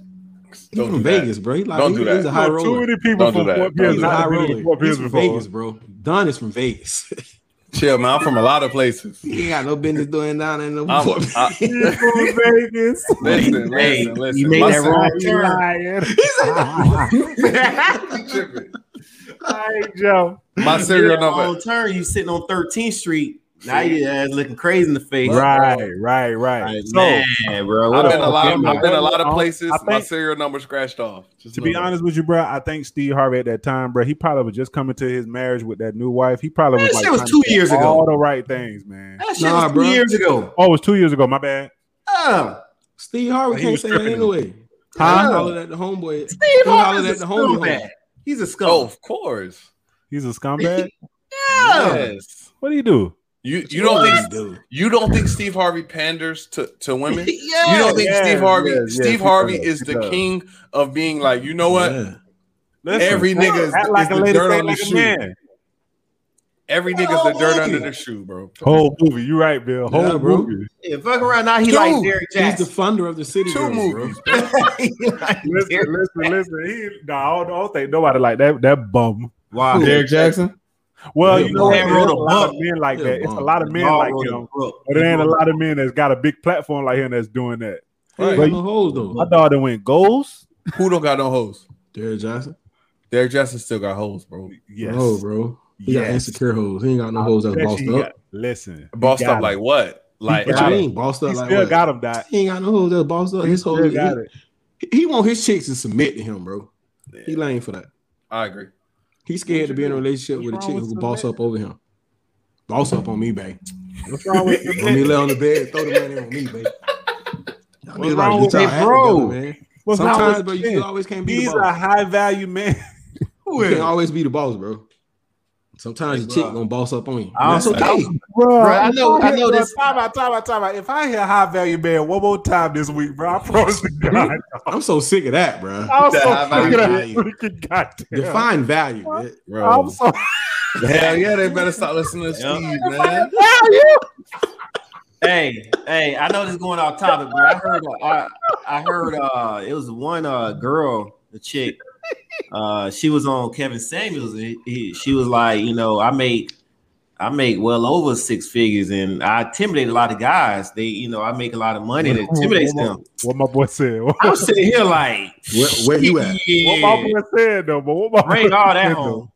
He's Don't from do that. Vegas, bro. He like, Don't he- do that. He's a high Nah, Too roller. many people Don't do from that. Fort Don't Pierce. He's do a Not high been roller. to Fort He's Pierce from before. Vegas, bro. Don is from Vegas. chill, man. I'm from a lot of places. he ain't got no business doing down in the I'm, I, He's from Vegas. listen, Hey, listen, listen. you made My that son- wrong You turn. lying. Tripping. I ain't Joe. My You serial did that number. wrong turn. You sitting on 13th Street. Now your ass looking crazy in the face. Right, right, right. Like, So, man, bro. What I've been a a lot. Of, fucking- I've been a lot of places. I think- my serial number scratched off. Just To be know honest with you, bro, I think Steve Harvey at that time, bro, he probably was just coming to his marriage with that new wife. He probably That was like shit was trying two to do years ago. All the right things, man. That shit Nah, was two bro. years ago. Oh, it was two years ago. My bad. Uh, Steve Oh, Harvey He can't was say that tripping. anyway. Huh? He hollered at the homeboy. Steve Steve hollered Harvey's at a the homeboy. scumbag. He's a that. Oh, scumbag. of course. He's a scumbag. Yeah. Yes. what do you do? You you don't think dude. you don't think Steve Harvey panders to to women? You Yeah. don't think Yes, Steve Harvey yes, yes, Steve he Harvey does, is he the does. king of being like you know what Yeah. Listen, Every nigga is- act is like the a lady, dirt say on like the a shoe. man. every Yeah, nigga's the dirt Harvey. under the shoe, bro. Whole movie. You right, Bill. Whole Yeah, bro. movie. Yeah, fuck around now. He Dude, like Derek He's the Jackson. funder of the city. Two Girls, bro. movies. He like Derek- Listen, listen, listen. He nah, I don't, I don't think nobody like that. That bum. Wow. Derek Jackson. Well, Yeah, you know what? man man, wrote It's a a lot of book. men like Yeah, that. It's a bum. lot of men Y'all like wrote him. a book. But there ain't a lot of men that's got a big platform like him that's doing that. He ain't Right. got no hoes My though. daughter went goals. Who don't got no hoes? Derrick Johnson. Derek Jackson still got hoes, bro. Yes. No, bro. He got insecure hoes. He ain't got no hoes that's Bet bossed you up. he got- listen, he Bossed got up it. like what? Like What got you it. mean, bossed he up like still what? got him that. He ain't got no hoes that's bossed up. He His still hoes. got it. He, he want his chicks to submit to him, bro. He lying for that. I agree. He's scared to be in a relationship What's with a wrong chick who with can boss submitting? up over him. Boss up on me, babe. What's wrong with Let me him? lay on the bed, throw the money on me, babe. Y'all What's wrong niggas gotta with get y'all that, act bro? together, man. What's wrong Sometimes, with bro, you him? you always can't be He's the a boss. high value man. You can't always be the boss, bro. Sometimes your Hey, chick bro. gonna boss up on you. I That's also- okay. Bro, I know- I know this- Time out, time out, time out. If I hear high value man one more time this week, bro, I promise to God, I'm so sick of that, bro. I'm so high value freaking, value. freaking goddamn. Define value. man. I'm Bro. so Hell yeah, they better stop listening to Yeah. Steve, man. hey, hey, I know this is going off topic, but I heard uh, I, I heard uh it was one uh girl, the chick. Uh she was on Kevin Samuels and he, he- she was like, you know, I make I make well over six figures and I intimidate a lot of guys. They, you know, I make a lot of money and it intimidates them. What my boy said. What I'm sitting here like Where, where you at? yeah, my boy said though, but what my boy bring all said, that though. home.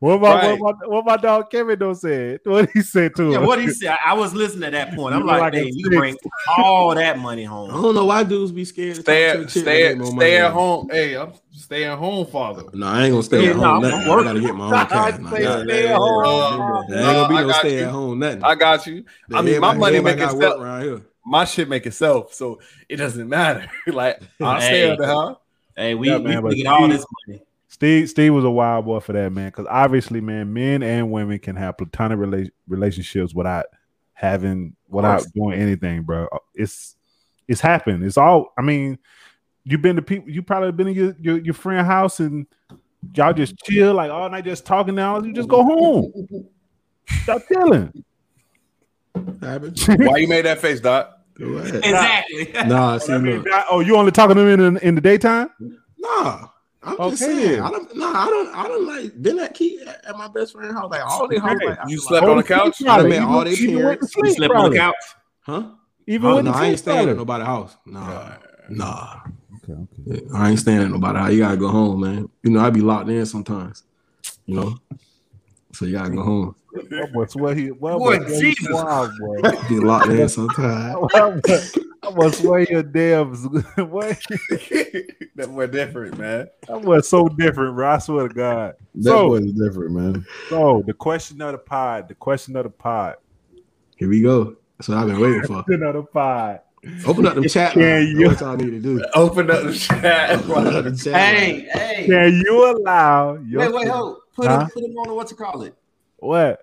What my, Right. what my what my dog Kevin don't said? What he said to Yeah, him? what he said. I- I was listening at that point. I'm You like, like a hey, you six. bring all that money I home. don't know why dudes be scared. to Stay talk to a at, stay chick that ain't at, no money. stay at home. Hey, I'm staying home, father. No, I ain't gonna stay Yeah, at home. no, I'm nothing. I working. gotta get my own cash. Nah, Say nah, stay at nah, home. nah, nah, nah. There ain't No, gonna Uh, I be no got stay you. at home nothing. I got you. I mean, my Everybody- money everybody making got stuff. work around here. My shit make itself, so it doesn't matter. like I Hey. stay at the house. Hey, we, Yeah, man, we but get all he- this money. Steve Steve was a wild boy for that man, because obviously, man, men and women can have platonic rela- relationships without having without course. doing anything, bro. Uh, It's it's happened. It's all. I mean, you've been to people. You probably been in your your, your friend house and y'all just chill like all night, just talking. Now you just go home. Stop chilling. Happened. Why you made that face, Doc? Go ahead. Exactly. Nah, see, look. oh, you only talking to me in, in the daytime? Nah. I'm just Okay. saying. I don't. Nah, I don't. I don't like been at key at, at my best friend's house. Like all they house. Like, I You feel slept like, on the couch? Oh, Even- I mean, all they even went to parents- we sleep, slept on probably. the couch. huh? Even Oh, went no, to I sleep, ain't staying at probably. nobody's house. Nah, nah. Okay, okay. I ain't staying at nobody's house. You gotta go home, man. You know, I be locked in sometimes. You know, so you gotta go home. That boy swear he- that boy Boy, swear he Jesus. wild, boy. Be locked in sometimes. I was way your damn way. that we're different, man. That was so different, bro. I swear to God. That So- was different, man. So the question of the pod, the question of the pod, Here we go. That's what I've been waiting for. question of the pod. Open up them chat. Can lines. you- That's what y'all need to do. Open up the chat. Open up the chat lines. Hey, hey. Can you allow your Wait, wait, hold. Put, Huh? him, put him on the, what you call it? what?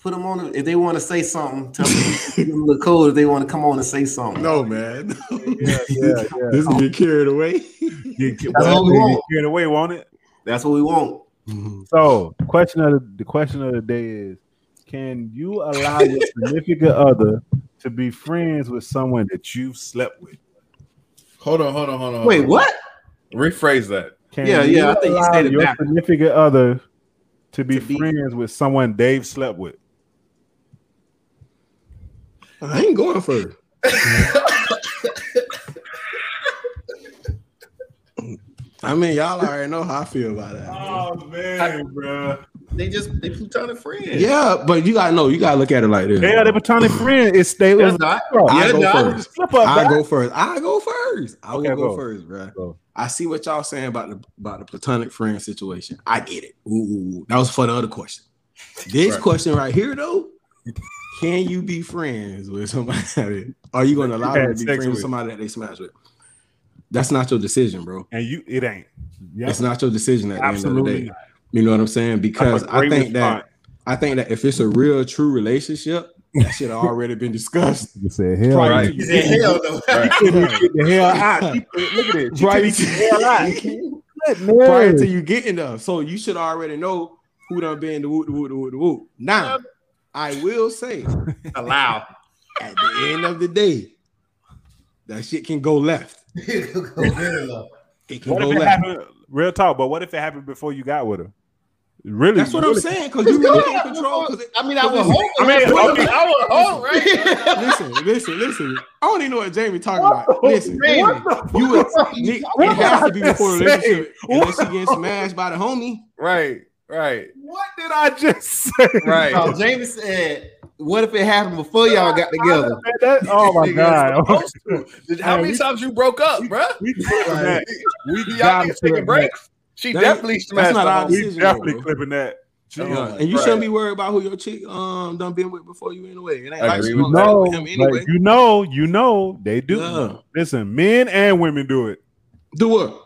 Put them on. The, if they want to say something, tell them, give them the code if they want to come on and say something. No, man. Yeah, yeah, yeah. this is get carried away. You get, That's what we want. you get away, won't it? That's what we want. Mm-hmm. So the question of the, the question of the day is: Can you allow your significant other to be friends with someone that you've slept with? Hold on, hold on, hold on. Wait, what? Rephrase that. Can Yeah, yeah, I think you allow stated your backwards. significant other to be, To be- friends with someone they've slept with. I ain't going for it. I mean, y'all already know how I feel about that. Oh, man, bro. They just they platonic friends. Yeah, but you gotta know, you gotta look at it like this. Yeah, the platonic friend is stay They're with not. bro. I go Yeah, nah. first. Slip up, I bro. go first. I go first. I Okay, will go go. first, bro. Go. I see what y'all saying about the about the platonic friend situation. I get it. Ooh, ooh, ooh. that was for the other question. This Right. question right here, though, can you be friends with somebody? that- Are you going to allow Had them to be sex friends with. with somebody that they smash with? That's not your decision, bro. And you it ain't. Yeah, It's not your decision at the end of absolutely. the day. You know what I'm saying? Because I think that I think that if it's a real true relationship, that should have already been discussed. you said hell. Prior Right. to- Yeah, hell no. Right. the hell out. She- Look at it. She Prior couldn't get the hell out. to- Let prior Mary- to you getting there. So you should already know who done been the whoop, the whoop, the whoop, the whoop. Now, I will say Allow. at the end of the day, that shit can go left. It can What go if it left. happened? Real talk, but what if it happened before you got with her? Really? That's what I'm really- saying. Cause you really can't control. Cause it, I mean, I would hope- I mean, okay, I would hope, right? listen, listen, listen. I don't even know what Jamie talking about. Listen, what the you would, Nick, it has to be What before a did I relationship say? unless she getting smashed by the homie. Right, right, What did I just say? right. Oh, James said, "What if it happened before y'all got together?" Man, that- oh my god! Supposed to. Did- How Man, many we- times you broke up, bruh? We clipping that. We y'all gotta niggas taking clip breaks. She That- definitely smashed. That's not the our whole- We decision. though, definitely bro. clipping that. Yeah, Oh, and you right. shouldn't be worried about who your chick um done been with before you anyway. It ain't I like agree she with gonna No, with him anyway. like, you know, you know, they do. Yeah. Listen, men and women do it. Do what?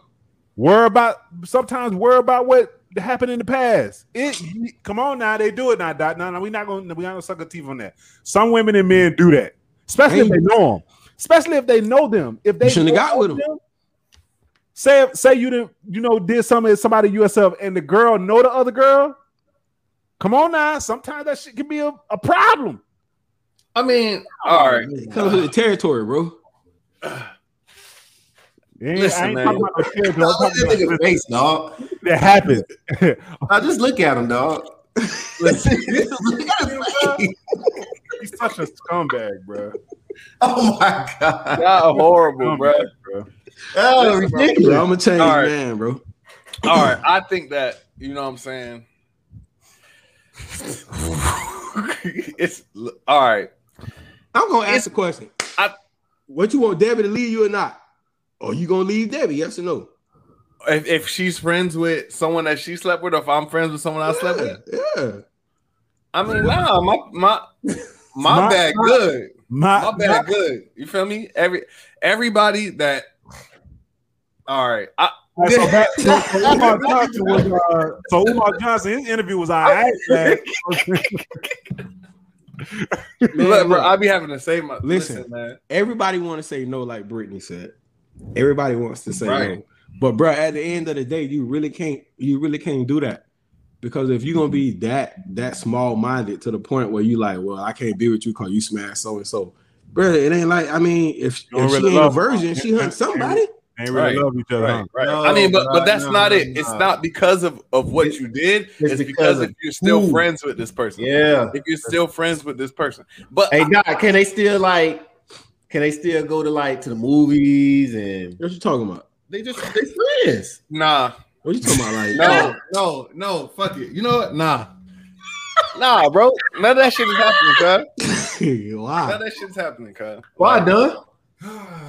Worry about sometimes worry about what happened in the past. It come on now, they do it now. Dot. No, no, we're not gonna we not gonna suck a teeth on that. Some women and men do that, especially if Hey. they know them. Especially if they know them. If they You shouldn't have know got with 'em. Say say you didn't you know did something to somebody yourself and the girl know the other girl. Come on now. Sometimes that shit can be a, a problem. I mean, all right. It comes with the territory, bro. Yeah, Listen, I ain't man. talking about no character. I'm Look at talking that about nigga face, dog. that happened. Now just look at him, dog. Listen, just look at his face. He's such a scumbag, bro. Oh my god! Y'all are horrible, bro. Oh, Listen, bro. ridiculous. I'm a changed All right. man, bro. All right, I think that you know what I'm saying. it's all right. I'm gonna ask a question. I- what you want Debbie to leave you or not? Are you gonna leave Debbie? Yes or no? If, if she's friends with someone that she slept with, or if I'm friends with someone I slept yeah, with, yeah. I mean, nah, my my my My- bag good. My, My bad, good. You feel me? Every everybody that. All right, I, All right, so, back, so, so Umar Johnson was uh, so Umar Johnson. His interview was all right. man. Man, look, bro, look. I be having to say my Listen. listen, man. Everybody want to say no, like Brittany said. Everybody wants to say Right. no, but bro, at the end of the day, you really can't. You really can't do that because if you're gonna be that that small minded to the point where you like, well, I can't be with you because you smash so and so, bro. It ain't like I mean, if, You don't if really she ain't a love her. virgin, she hunt somebody. They ain't really Right, love each other. Right, huh? right. No, I mean, but no, but that's no, not no, it. It's no. not because of of what you did. It's, because, because if you're still who? friends with this person. Yeah. If you're still friends with this person, but Hey Doc, can they still like? Can they still go to like to the movies and What you talking about? they just they friends? nah, What you talking about? Like, no, No, no, fuck it. You know what? Nah. nah, bro. None of that shit is happening, cuz. None of wow. that shit's happening, cuz. Why, done?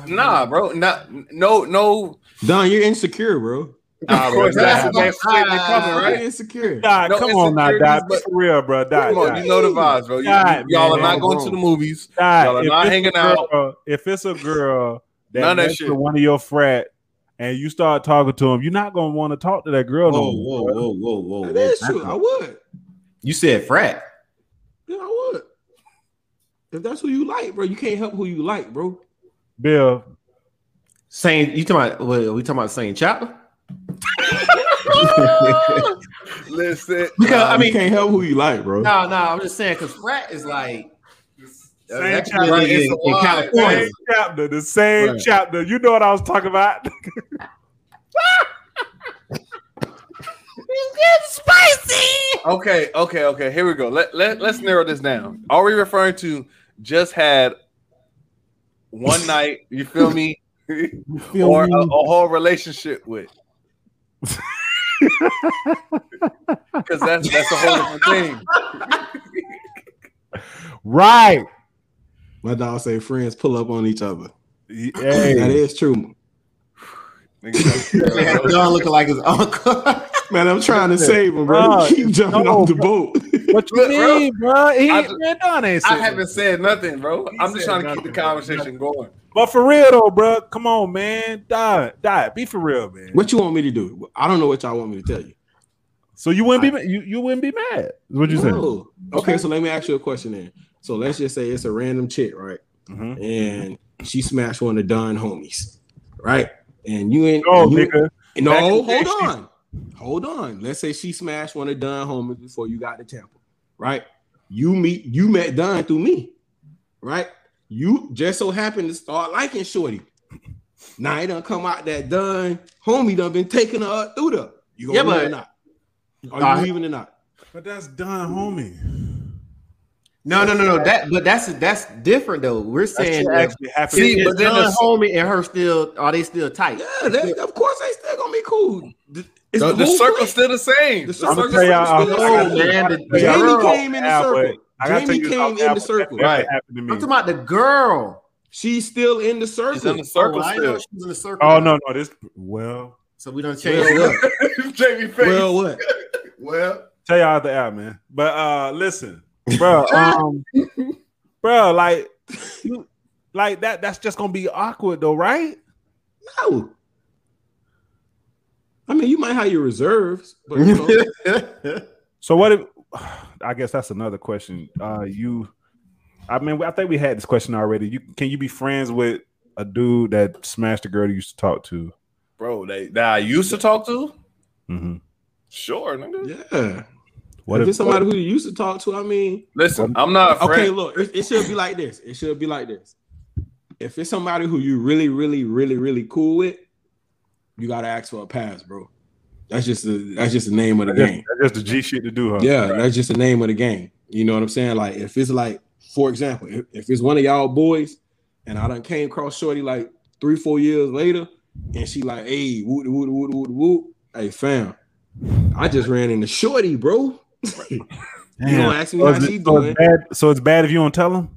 Nah, bro. Not no no. Don, you're insecure, bro. Nah, Of bro. course That's not. that's completely coming, right? You're insecure. Nah, No come on now, insecurities, Dot. Be but- for real, bro. Dot. Come on, you know the vibes, bro. You, God, you, all man. are not going to the movies. Y'all are not hanging out. out. If it's a girl that None of that next shit. to one of your frat and you start talking to him, you're not gonna want to talk to that girl no Whoa, more. whoa, bro. whoa, whoa, whoa, That whoa. is true. I would. You said frat. Yeah, I would. If that's who you like, bro, you can't help who you like, bro. Bill, Same. You talking about? What, are we talking about the same chapter? Listen, Because I I mean, mean, you can't help who you like, bro. no, no. I'm just saying because frat is like same That's really chapter. it's in, a in lie, California. Same chapter, the same Right. chapter. You know what I was talking about. okay, okay, okay. Here we go. Let, let, let's narrow this down. Are we referring to just had one night, you feel me? or a, a whole relationship with? Because that's, that's a whole different thing. right. My dog say friends pull up on each other. That Hey, is true. They had Nigga, John looking like his uncle. Man, I'm trying to save him, bro. Bruh, He keep jumping no, off the bro. boat. what you Look, bro. mean, bro? He, I- man, Don ain't I sitting. haven't said nothing, bro. I'm said just trying to keep the nothing. conversation going. But for real though, bro, come on, man. Die, die. Be for real, man. what you want me to do? I don't know what y'all want me to tell you. So you wouldn't be ma- you, you wouldn't be mad. Is what you said? No. Oh. Okay, so let me ask you a question then. So let's just say it's a random chick, right? Mhm. And she smashed one of Don homies, right? And you ain't No, you- Oh, nigga. No, Back in the day, hold on. Hold on. Let's say she smashed one of Dunn homies before you got to Tampa, right? You meet you met Dunn through me, right? You just so happened to start liking Shorty. Now it done come out that Dunn homie done been taking her up through the you gonna Yeah, leave but- or not? Are Nah. you leaving or not? But that's done, homie. No, no, no, no. That but that's that's different though. We're saying shit that actually happened. See, is but then John it's- homie and her still are they still tight? Yeah, they, of course they still gonna be cool. The, it's The, the whole circle's clique. still the same. The The circle- circle- I'm gonna tell y'all. Jamie I gotta- came I gotta tell in y'all- Jamie came in the Al, but I circle. gotta Jamie tell you came how in Al the was- circle. that Right. happened to me. I'm talking about the girl. She's still in the circle. She's in the circle Oh, I know still. she's in the circle. Oh no, no, this well. So we don't change. well, it. what? Jamie face. well, what? Well, Tell y'all the app, man. But uh listen, bro, um, bro, like you like that that's just gonna be awkward though, right? No. I mean, you might have your reserves, but you know, So what if I guess that's another question. Uh you I mean I think we had this question already. You can you be friends with a dude that smashed the girl you used to talk to? Bro, they, that I used to talk to? Mm-hmm. Sure, nigga. yeah. What if, if, it's somebody who you used to talk to, I mean, Listen, I'm not afraid. okay, look, it, it should be like this. It should be like this. If it's somebody who you really, really, really, really cool with, you gotta ask for a pass, bro. That's just the that's just the name of the that's just, game. that's just the G shit to do, huh? Yeah, that's just the name of the game. You know what I'm saying? Like, if it's like, for example, if, if it's one of y'all boys, and I done came across Shorty like three, four years later, and she like, hey, woot, woot, woot, woot, woot. Hey, fam, I just ran into Shorty, bro. You Damn. Oh, gonna ask me So how it's, she so it's doing? bad, so it's bad if you don't tell them.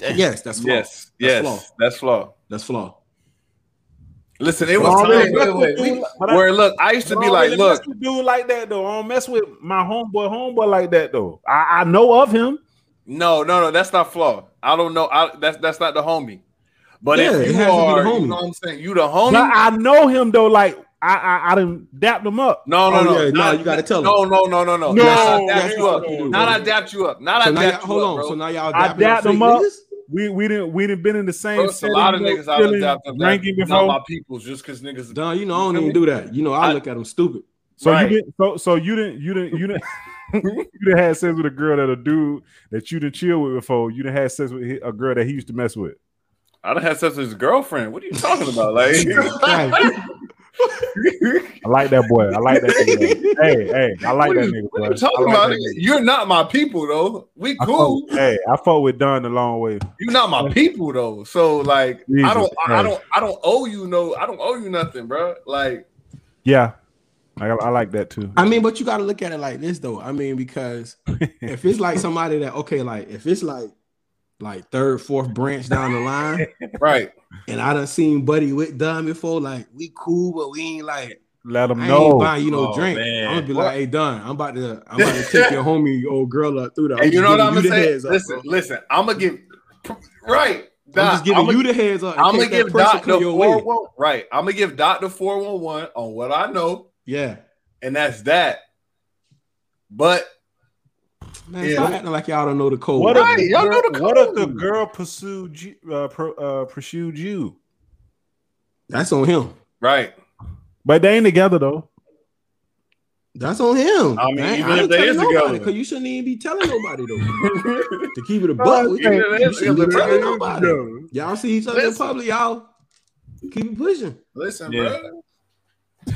Yes, that's flaw. Yes, That's yes, flaw. that's flaw. That's flaw. Listen, it But was I don't wait, time really wait, mess with wait. dudes- but I- where look, I used but to I be don't like, really look, mess with dude like that though. I don't mess with my homeboy, homeboy like that though. I, I know of him. no, no, no, that's not flaw. I don't know. I, that's that's not the homie. But Yeah, it if you has to be the are, homie. you know what I'm saying, you the But homie. I know him though. Like I, I, I didn't dap him up. no, no, Oh, no, yeah, no, not- you gotta tell No, no, no, no, no. No, not I that's dap you what up. you do, Not bro. I dapped you up. Not I So now y'all, dapped you hold up. on. bro. So now y'all I dapping dapped fake him up. niggas? We we didn't we didn't been in the same. Bro, it's a city, lot of no niggas out chilling, of dapped up. drinking That's before. Not my peoples, just because niggas. Don, you know I don't even do that. You know I, I- look at them stupid. so Right. you didn't. So so you didn't. You didn't. You didn't. you done had sex with a girl that a dude that you didn't chill with before. You done had sex with hi- a girl that he used to mess with. I done had sex with his girlfriend. What are you talking about? Like, Right. I like that boy. I like that. nigga. hey hey, I like what that are you, nigga. what are boy. you talking I like about? that nigga. You're not my people though. We I cool. fuck- hey, I fought with Don the long way. You're not my people though. So like, Jesus I don't, I, I Christ. don't, I don't owe you no. I don't owe you nothing, bro. Like, Yeah, I, I like that too. I mean, but you gotta look at it like this though. I mean, because if it's like somebody that okay, like if it's like like third, fourth branch down the line, right? and I done seen Buddy with Don before, like we cool, but we ain't like Let him I know. ain't buying you no Oh, drink. man. I'm gonna be like, hey Don, I'm about to I'm about to take your homie your old girl up through that. And you know what I'm just gonna giving say? you the heads up, listen, bro. listen. I'm gonna give right. I'm just giving you the heads up. in I'm case gonna that give person Doc come the your way. 411. Right. I'm gonna give Doc the 411 on what I know, Yeah. and that's that. But Man, Yeah. stop acting like y'all don't know the code. What, Right, if, the y'all girl, know the what if the code. girl pursued you? Uh, pro, uh, pursued you, That's on him. right. but they ain't together though. That's on him. I mean, Man, even I if ain't they telling is nobody together. because you shouldn't even be telling nobody though. Even to keep it a buck, with if you, it you is shouldn't be together, telling bro. nobody. Y'all see each other in Listen. public, y'all keep it pushing. Listen, Yeah. bro.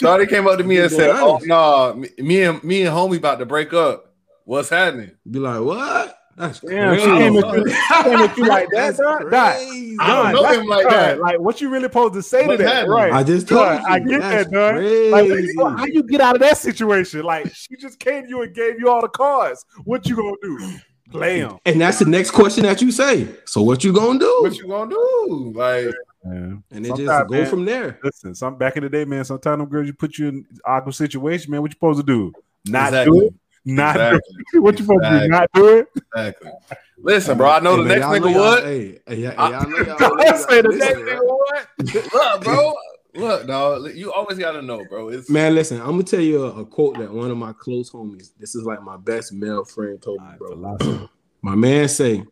Shawty came up to me and Being said, "Oh honest. no, me- me and me and homie about to break up. What's happening?" Be like, what? That's Damn, she crazy. came at you- came at you like that, That's Doc? Doc, crazy. I don't Done. know That's- him like done. that. Like, what you really supposed to say What's to that? happening? Right. I just told Done. you. I get That's that, done. like, Crazy. how you get out of that situation? Like, she just came to you and gave you all the cards. What you gonna do? Play him. and that's the next question that you say. So what you gonna What do? you gonna do? Like, And it just Sometimes, go man. from there. Listen, some back in the day, man. Sometimes them girls you put you in awkward situation, man. What you supposed to do? Not Exactly. do it. Not do exactly, it. What you supposed to do? Not do it. exactly. Listen, bro. I know Hey, the man, next y'all know nigga y'all- would. Hey, hey, yeah, I- y'all know y'all- I say the listen, next right? nigga what? Look, bro. Look, dog. You always gotta know, bro. It's Man, listen, I'm gonna tell you a, a quote that one of my close homies, this is like my best male friend told me, bro. My man say,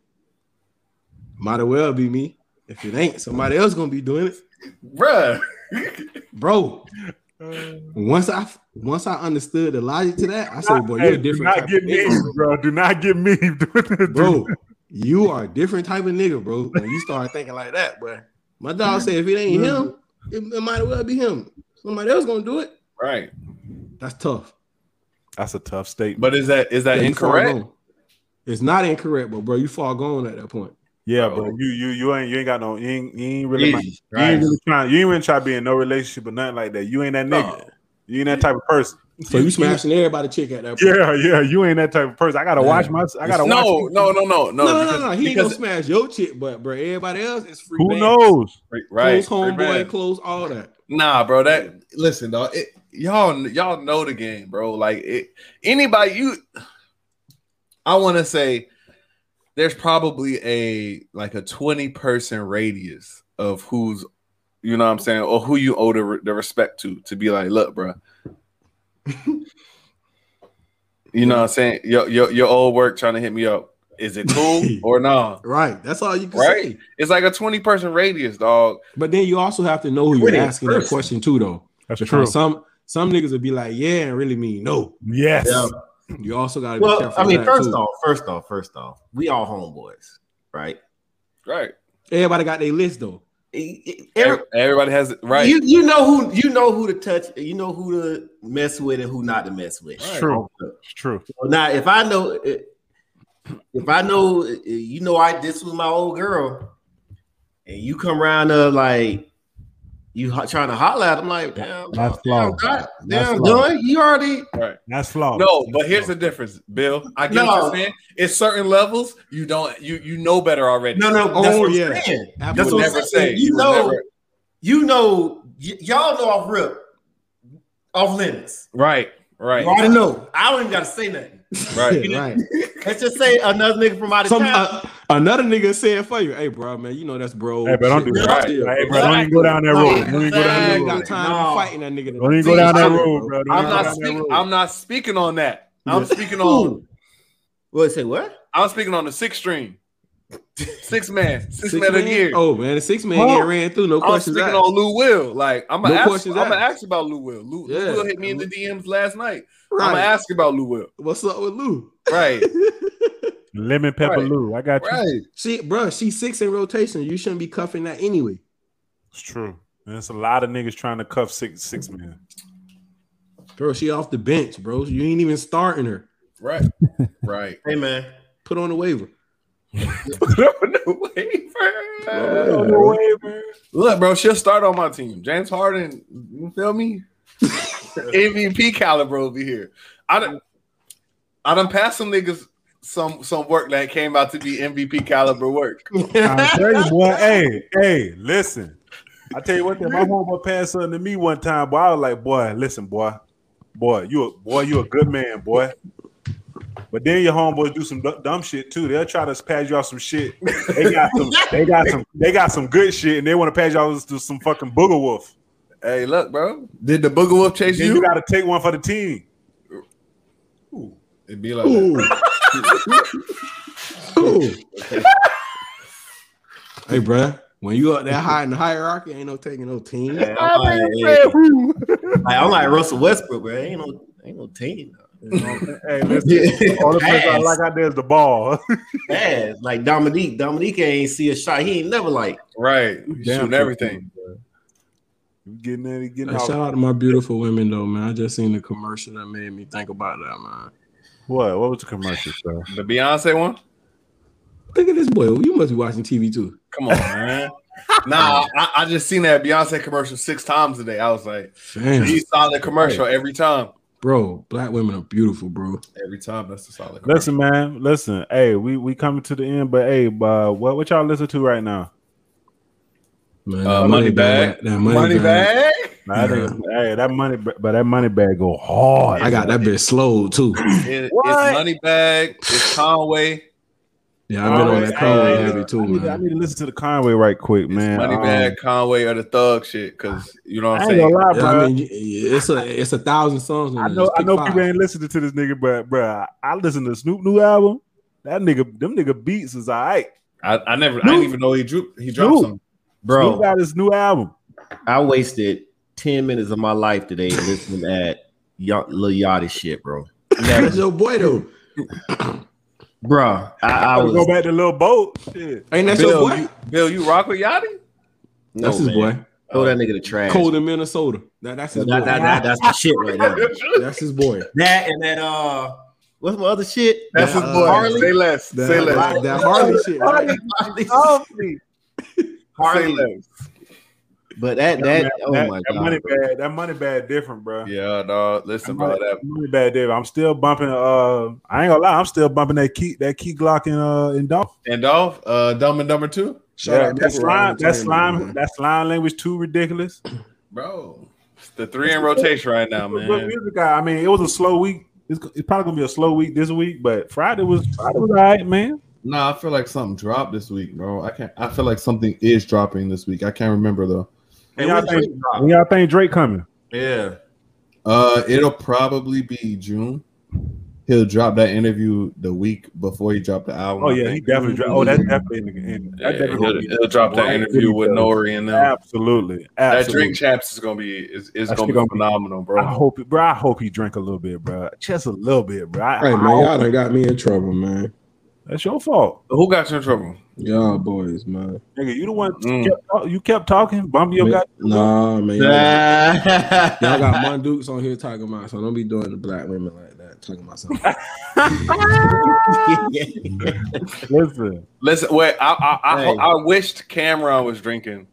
might as well be me. If it ain't, somebody else gonna be doing it. bruh. Bro, Uh, once I once I understood the logic to that, I said, not- Boy, hey, you're a Do different not type of get me, nigga, bro. Do not get me. doing bro. You are a different type of nigga, bro. When you start thinking like that, boy. My dog said, if it ain't him, it, it might as well be him. Somebody else gonna do it. Right. That's tough. That's a tough statement. But is that is that Yeah, you far incorrect? gone. It's not incorrect, but bro, you far gone at that point. Yeah, bro. bro. You you you ain't you ain't got no you ain't, you ain't really Jesus you Christ. ain't really trying you ain't really trying to be in no relationship or nothing like that. You ain't that nigga. No. You ain't that type of person. So you smashing everybody chick at that point. Yeah, yeah. You ain't that type of person. I gotta Yeah. watch my. I gotta watch. No, no, no, no, no, No, no, no, because- no. He ain't gonna because- smash your chick, but bro, everybody else is free. Who band. knows? right. Close homeboy, Amen. close all that. Nah, bro. That listen, dog. It, y'all, y'all know the game, bro. Like it, anybody you. I want to say, there's probably a like a 20 person radius of who's, you know, what I'm saying, or who you owe the, re- the respect to to be like, look, bro. you know, what I'm saying your, your your old work trying to hit me up. Is it cool or no? Right. That's all you can Right. say. It's like a 20 person radius, dog. But then you also have to know who Pretty you're asking that person. question to, though. That's Because Some some niggas would be like, yeah, and really mean no. Yes. Yeah. You also gotta be Well, careful. I mean, of that, first too. off, first off, first off, we all homeboys, right? Right. everybody got their list though. E- e- every- Every- Everybody has right. You you know who you know who to touch, you know who to mess with and who not to mess with. It's true. It's true. Now, if I know, if I know, you know, I this was my old girl, and you come around uh, like, you ho- trying to holler at them like, damn, That's damn, flawed. God, That's damn, flawed. Dunn, you already That's flawed. No, but here's the difference, Bill. I get what No. you're saying. It's certain levels you don't you you know better already. no, no. Oh, That's what I'm yeah. saying. you That's would what I'm never say saying. You, you would know, never- you know, y- y'all know off rip, off limits. Right, right, You already know. I don't even got to say nothing. right. Yeah, right. Let's just say another nigga from out of Some, town. uh, another nigga said for you, hey, bro, man, you know that's bro. Hey, but don't do Shit, that. still, Hey, bro. bro, don't even go down that road. Don't even go down that I ain't road. got time No. fighting that nigga. Don't even go down that road, bro. Don't I'm even go not down that speaking. road. I'm not speaking on that. I'm speaking on. Ooh. What say what? I'm speaking on the six string, six man, six, man man, of the year. Oh man, the six man Bro, getting ran through. No I'm questions speaking asked. on Lou Will. Like I'm gonna No ask. I'm questions gonna asked. ask about Lou Will. Lou, Lou Yeah. Will hit me in the DMs last night. I'm gonna right. ask about Lou Will. What's up with Lou? Right, Lemon pepper Right. Lou. I got you. Right. she, bro, she's six in rotation. You shouldn't be cuffing that anyway. It's true. And it's a lot of niggas trying to cuff six six man. Bro, she off the bench, bro. You ain't even starting her. right, right. Hey man, Put on the waiver. no waiver. Look, bro, she'll start on my team. James Harden, you feel me? MVP caliber over here. I done, I done passed some niggas some some work that came out to be MVP caliber work. I tell you, boy. Hey, hey, listen. I tell you what, my homeboy passed something to me one time, boy. I was like, boy, listen, boy, boy, you a boy, you a good man, boy. But then your homeboys do some du- dumb shit too. They'll try to pass you off some shit. They got some, they got some, they got some good shit, and they want to pass you off to some fucking booger wolf. Hey, look, bro. Did the booger wolf chase Then you? you got to take one for the team. It'd be like that. Ooh. Ooh. hey, bro, when you up that high in the hierarchy, ain't no taking no team. Hey, I'm, like, hey, Like, I'm like Russell Westbrook, bro. Ain't no, ain't no team. Hey, listen, all the place I Pass. like out there is the ball. Bad. Like Dominique, Dominique ain't see a shot. He ain't never like. right. Damn, Shooting everything. You getting in, you getting Hey, shout out. out to my beautiful women though, man. I just seen the commercial that made me think about that, man. What? What was the commercial, sir? The Beyonce one? Look at this boy. You must be watching TV too. Come on, man. nah, I, I just seen that Beyonce commercial six times today. I was like, Damn, he's solid commercial every time. bro. Black women are beautiful, bro. Every time, that's a solid commercial. Listen, man. Listen. Hey, we we coming to the end, but hey, but what what y'all listen to right now? Man, Uh, that money bag. that money, bag. bag. Nah, that is- hey, that money, ba- but that money bag go hard. I got that bitch slow too. It, What? It's Moneybag. It's Conway. Yeah, I've been on Hey, that Conway hey, heavy I too, need, to- I man. need to listen to the Conway right quick, man. it's Moneybag, Conway, or the Thug shit. Because you know Um, what I I'm ain't saying. gonna lie, Yeah, bro. I mean, y- y- it's a it's a thousand songs. on I there. know, Just I pick know five. people ain't listening to this nigga, but bro, I, I listen to Snoop new album. That nigga, them nigga beats is all right. I, I never. I didn't Dude. even know he drew. He dropped Dude. something. Snoop got his new album. I wasted 10 minutes of my life today listening at y- Lil Yachty shit, bro. That's your boy though. Bro, I, I I go was. back to Lil Boat. Shit. Ain't that your Bill, boy? You, Bill, you rock with Yachty? No, That's his man. boy. Throw that nigga to trash. Cold in Minnesota. That, that's his That, boy. that, that, that's the shit right now. that's his boy. That and that, uh, what's my other shit? That's Nah, his boy. Harley? Say less. That, Say less. that, that Harley shit. Right? Harley. Say Harley. less. But that, that, oh that, my that God. money bag, that money bag different, bro. Yeah, dog. Listen, bro. Money- That money bag different. I'm still bumping. Uh, I ain't gonna lie, I'm still bumping that key, that key Glock in uh in Dolph. and Dolph, uh, Dumb and Dumber Two, Shout Yeah, that out People slime, Around that Entertainment, slime, man. that slime language too ridiculous. Bro. It's the three in rotation right now, Good man. music, I I mean, it was a slow week. It's, it's probably gonna be a slow week this week, but Friday was Friday was all right, man. Nah, I feel like something dropped this week, bro. I can't I feel like something is dropping this week. I can't remember though. When y'all, think, when y'all think Drake coming? Yeah, Uh it'll probably be June. He'll drop that interview the week before he dropped the album. Oh I yeah, he think. definitely. Dra- oh, that's definitely. In, in, yeah that definitely he'll, he'll drop that interview with Nori and them. Absolutely, absolutely. That drink chaps is gonna be is, is That gonna shit be gonna be- phenomenal, bro. I hope, it, bro. I hope he drink a little bit, bro. Just a little bit, bro. I, Hey I man, hope- y'all done got me in trouble, man. that's your fault, Who got you in trouble? Y'all boys, man. nigga. You the one Mm. kept talk- you kept talking, bumping your Man, guy. Nah, man. Y'all, y'all Y'all got Mondukes on here talking about, so don't be doing the black women like that. Talking about something. Listen, Listen, wait. I I I, Hey. I wished Cameron was drinking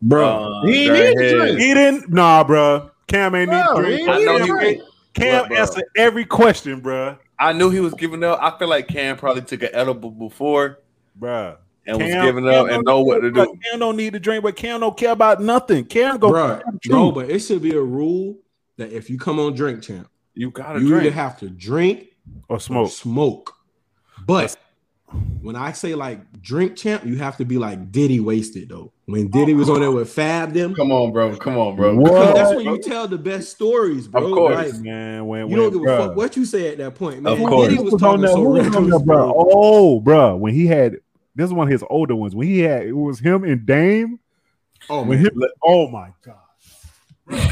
bro. Uh, He their needs head- drink. He didn't. Nah, bro. Cam ain't need Bro, three. he I know he- Cam Look, bro. answered every question, bro. I knew he was giving up. I feel like Cam probably took an edible before Bro. and was Cam- giving Cam up and don't- know what to do. Cam don't need to drink, but Cam don't care about nothing. Cam go. bro, shoot. bro, but it should be a rule that if you come on drink champ, You gotta you either drink. have to drink or or Oh, smoke. smoke. But when I say like drink champ, you have to be like Diddy wasted though. When Diddy was on there with Fab them, Come on, bro. Come on, bro. What? because that's on, when you tell the best stories, bro. Of course. Like, Man, when, you when, don't give bruh. a fuck what you say at that point, man. Of course. Diddy Who was was on talking there? so Who was on reckless, there, bro? bro. Oh, bro, when he had this is one of his older ones. When he had it was him and Dame. Oh When man, him, oh my god,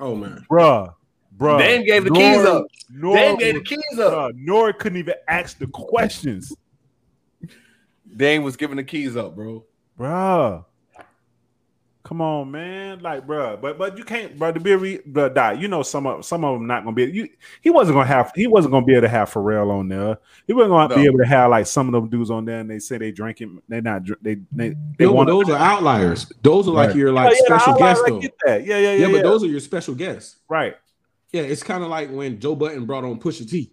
oh man. bro, bro. Dame gave the Nor- keys up. Nor, Dame gave the keys up. bruh, Nor couldn't even ask the questions, Dame was giving the keys up, bro. bro. Come on, man, like, bro, but but you can't, bro. To be a re, bro, die. You know, some of some of them not gonna be. You, he wasn't gonna have. He wasn't gonna be able to have Pharrell on there. He wasn't gonna be No. able to have like some of them dudes on there, and they say they drinking. They not. dr- They they they No, but want. those are outliers. Those are like Right. your like Oh, yeah, special I- I guests like though. get that. Yeah, yeah, yeah. Yeah, yeah, but those are your special guests. right. Yeah, it's kind of like when Joe Button brought on Pusha T.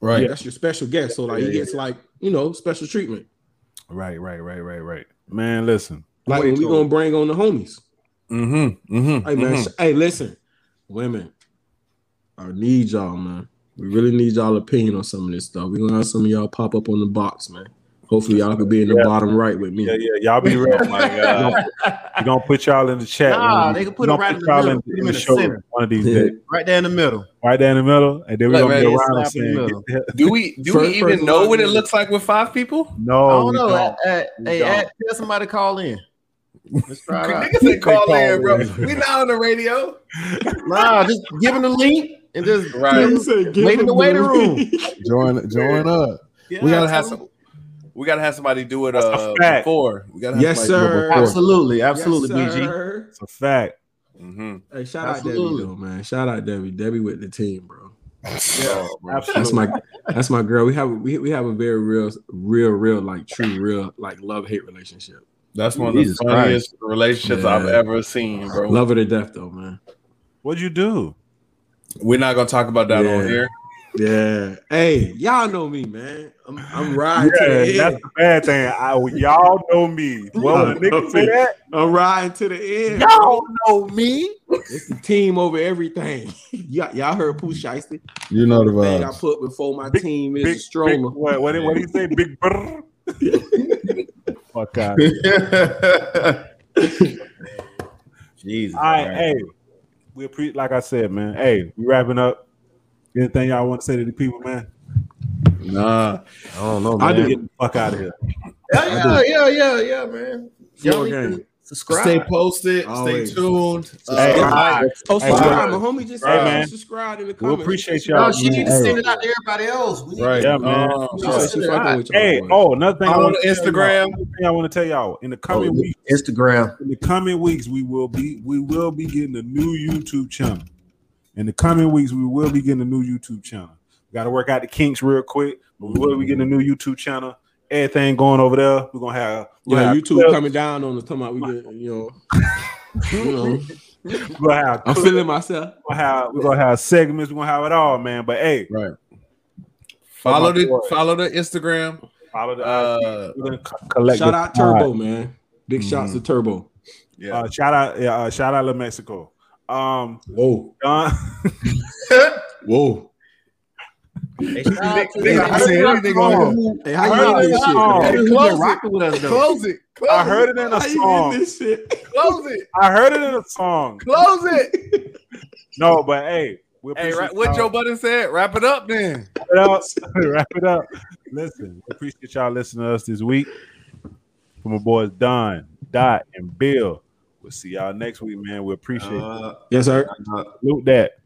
Right. That's your special guest. So like Yeah, he yeah, gets like you know special treatment. Right, right, right, right, right. Man, listen. Like Way when we too. gonna bring on the homies. Mm-hmm. Mm-hmm. Hey man, sh- hey listen, women, I need y'all man. We really need y'all opinion on some of this stuff. We gonna have some of y'all pop up on the box, man. Hopefully y'all could be in the Yeah. bottom right with me. Yeah, yeah. Y'all be real. my God. We're gonna put y'all in the chat. Nah, room. they can put We them gonna right in the y'all middle. Put them in the center. one of these Yeah. days. Right there in the middle. Right there in the middle, and then we're Look, gonna man, be it's around slap in the saying, middle. get the- Do we do First we even person know on what it the- looks like with five people? "No, I Oh, don't we know. don't. Hey, hey, don't. hey, tell somebody to call in. Let's try it out. Niggas ain't call, call in, bro. in. we not on the radio. Nah, just give him the link and just Right. give You him- said give Wait in the them waiting the- room. Join join up. Yeah, we gotta tell have him- some. We gotta have somebody do it That's a uh, fact. before. We gotta have yes, somebody sir. Absolutely, Yes, absolutely, BG. sir. It's a fact. Mm-hmm. Hey, shout out Absolutely. Debbie though, man. Shout out Debbie. Debbie with the team, bro. That's Oh, Absolutely. my that's my girl. We have we, we have a very real, real, real, like true, real, like love hate relationship. That's one of the Jesus funniest relationships I've Man. ever seen, bro. Love her to death though, man. What'd you do? We're not gonna talk about that on Yeah. here. Yeah. Hey, y'all know me, man. I'm I'm riding to Yeah, the that's end. the bad thing. I, y'all know me. Well, when Y'all know niggas say me. that, I'm riding to the end. y'all know me. It's the team over everything. y'all, y'all heard Pooh Shiesty? You know the Thing I vibes. put before my Big- team is Big, a big, stroller. what, what, did- what did he say? Big brr. Fuck out. Jesus. All right, Christ. hey, we appreciate. Like I said, man. Hey, we wrapping up. Anything y'all want to say to the people, man? Nah. I don't know, I man. do. Get the fuck out of here. Yeah, yeah, yeah, yeah, yeah, man. Floor Y'all need game. to subscribe. Stay posted. Always. Stay tuned. Hey, Uh, I- Oh, Hey, subscribe. bro. My homie just Hey, said man. subscribe in the We comments. appreciate No, y'all. she need to man. send it out to everybody else. We need Right. to- Yeah, man. Um, She said she fucking with y'all, Hey, boy. oh, another thing I Follow want the Instagram. I want to tell y'all in the coming Oh, weeks. Instagram. In the coming weeks, we will be we will be getting a new YouTube channel. In the coming weeks, we will be getting a new YouTube channel. We got to work out the kinks real quick, but we will be getting a new YouTube channel. Everything going over there. We're gonna have we're Yeah, gonna YouTube have coming down on us talking about we get, you know, you know, clips, we're gonna have I'm clips, feeling myself. we're gonna have we're gonna have segments. We're gonna have it all, man. But hey, Right. Follow my the boy. follow the Instagram. follow the Uh, we're gonna co- collect. Shout the- out Turbo, man. Big shots to Turbo. yeah. Uh, shout out! yeah, Uh, shout out to Mexico. Um, Whoa, Don, whoa. Nigga, I heard it in a song. Hey, how I you heard it in in this a shit? song. man? Hey, close it. with us, Close it. Close I heard it in a How you in song. this shit? Close it. I heard it in a song. Close it. No, but hey, we hey, appreciate right, what Joe y'all. Budden said. Wrap it up, then. wrap it up. wrap it up. Listen, we appreciate y'all listening to us this week. From my boys Don, Dot, and Bill. We'll see y'all next week, man. We appreciate it. Uh, Yes, sir. uh, Salute that.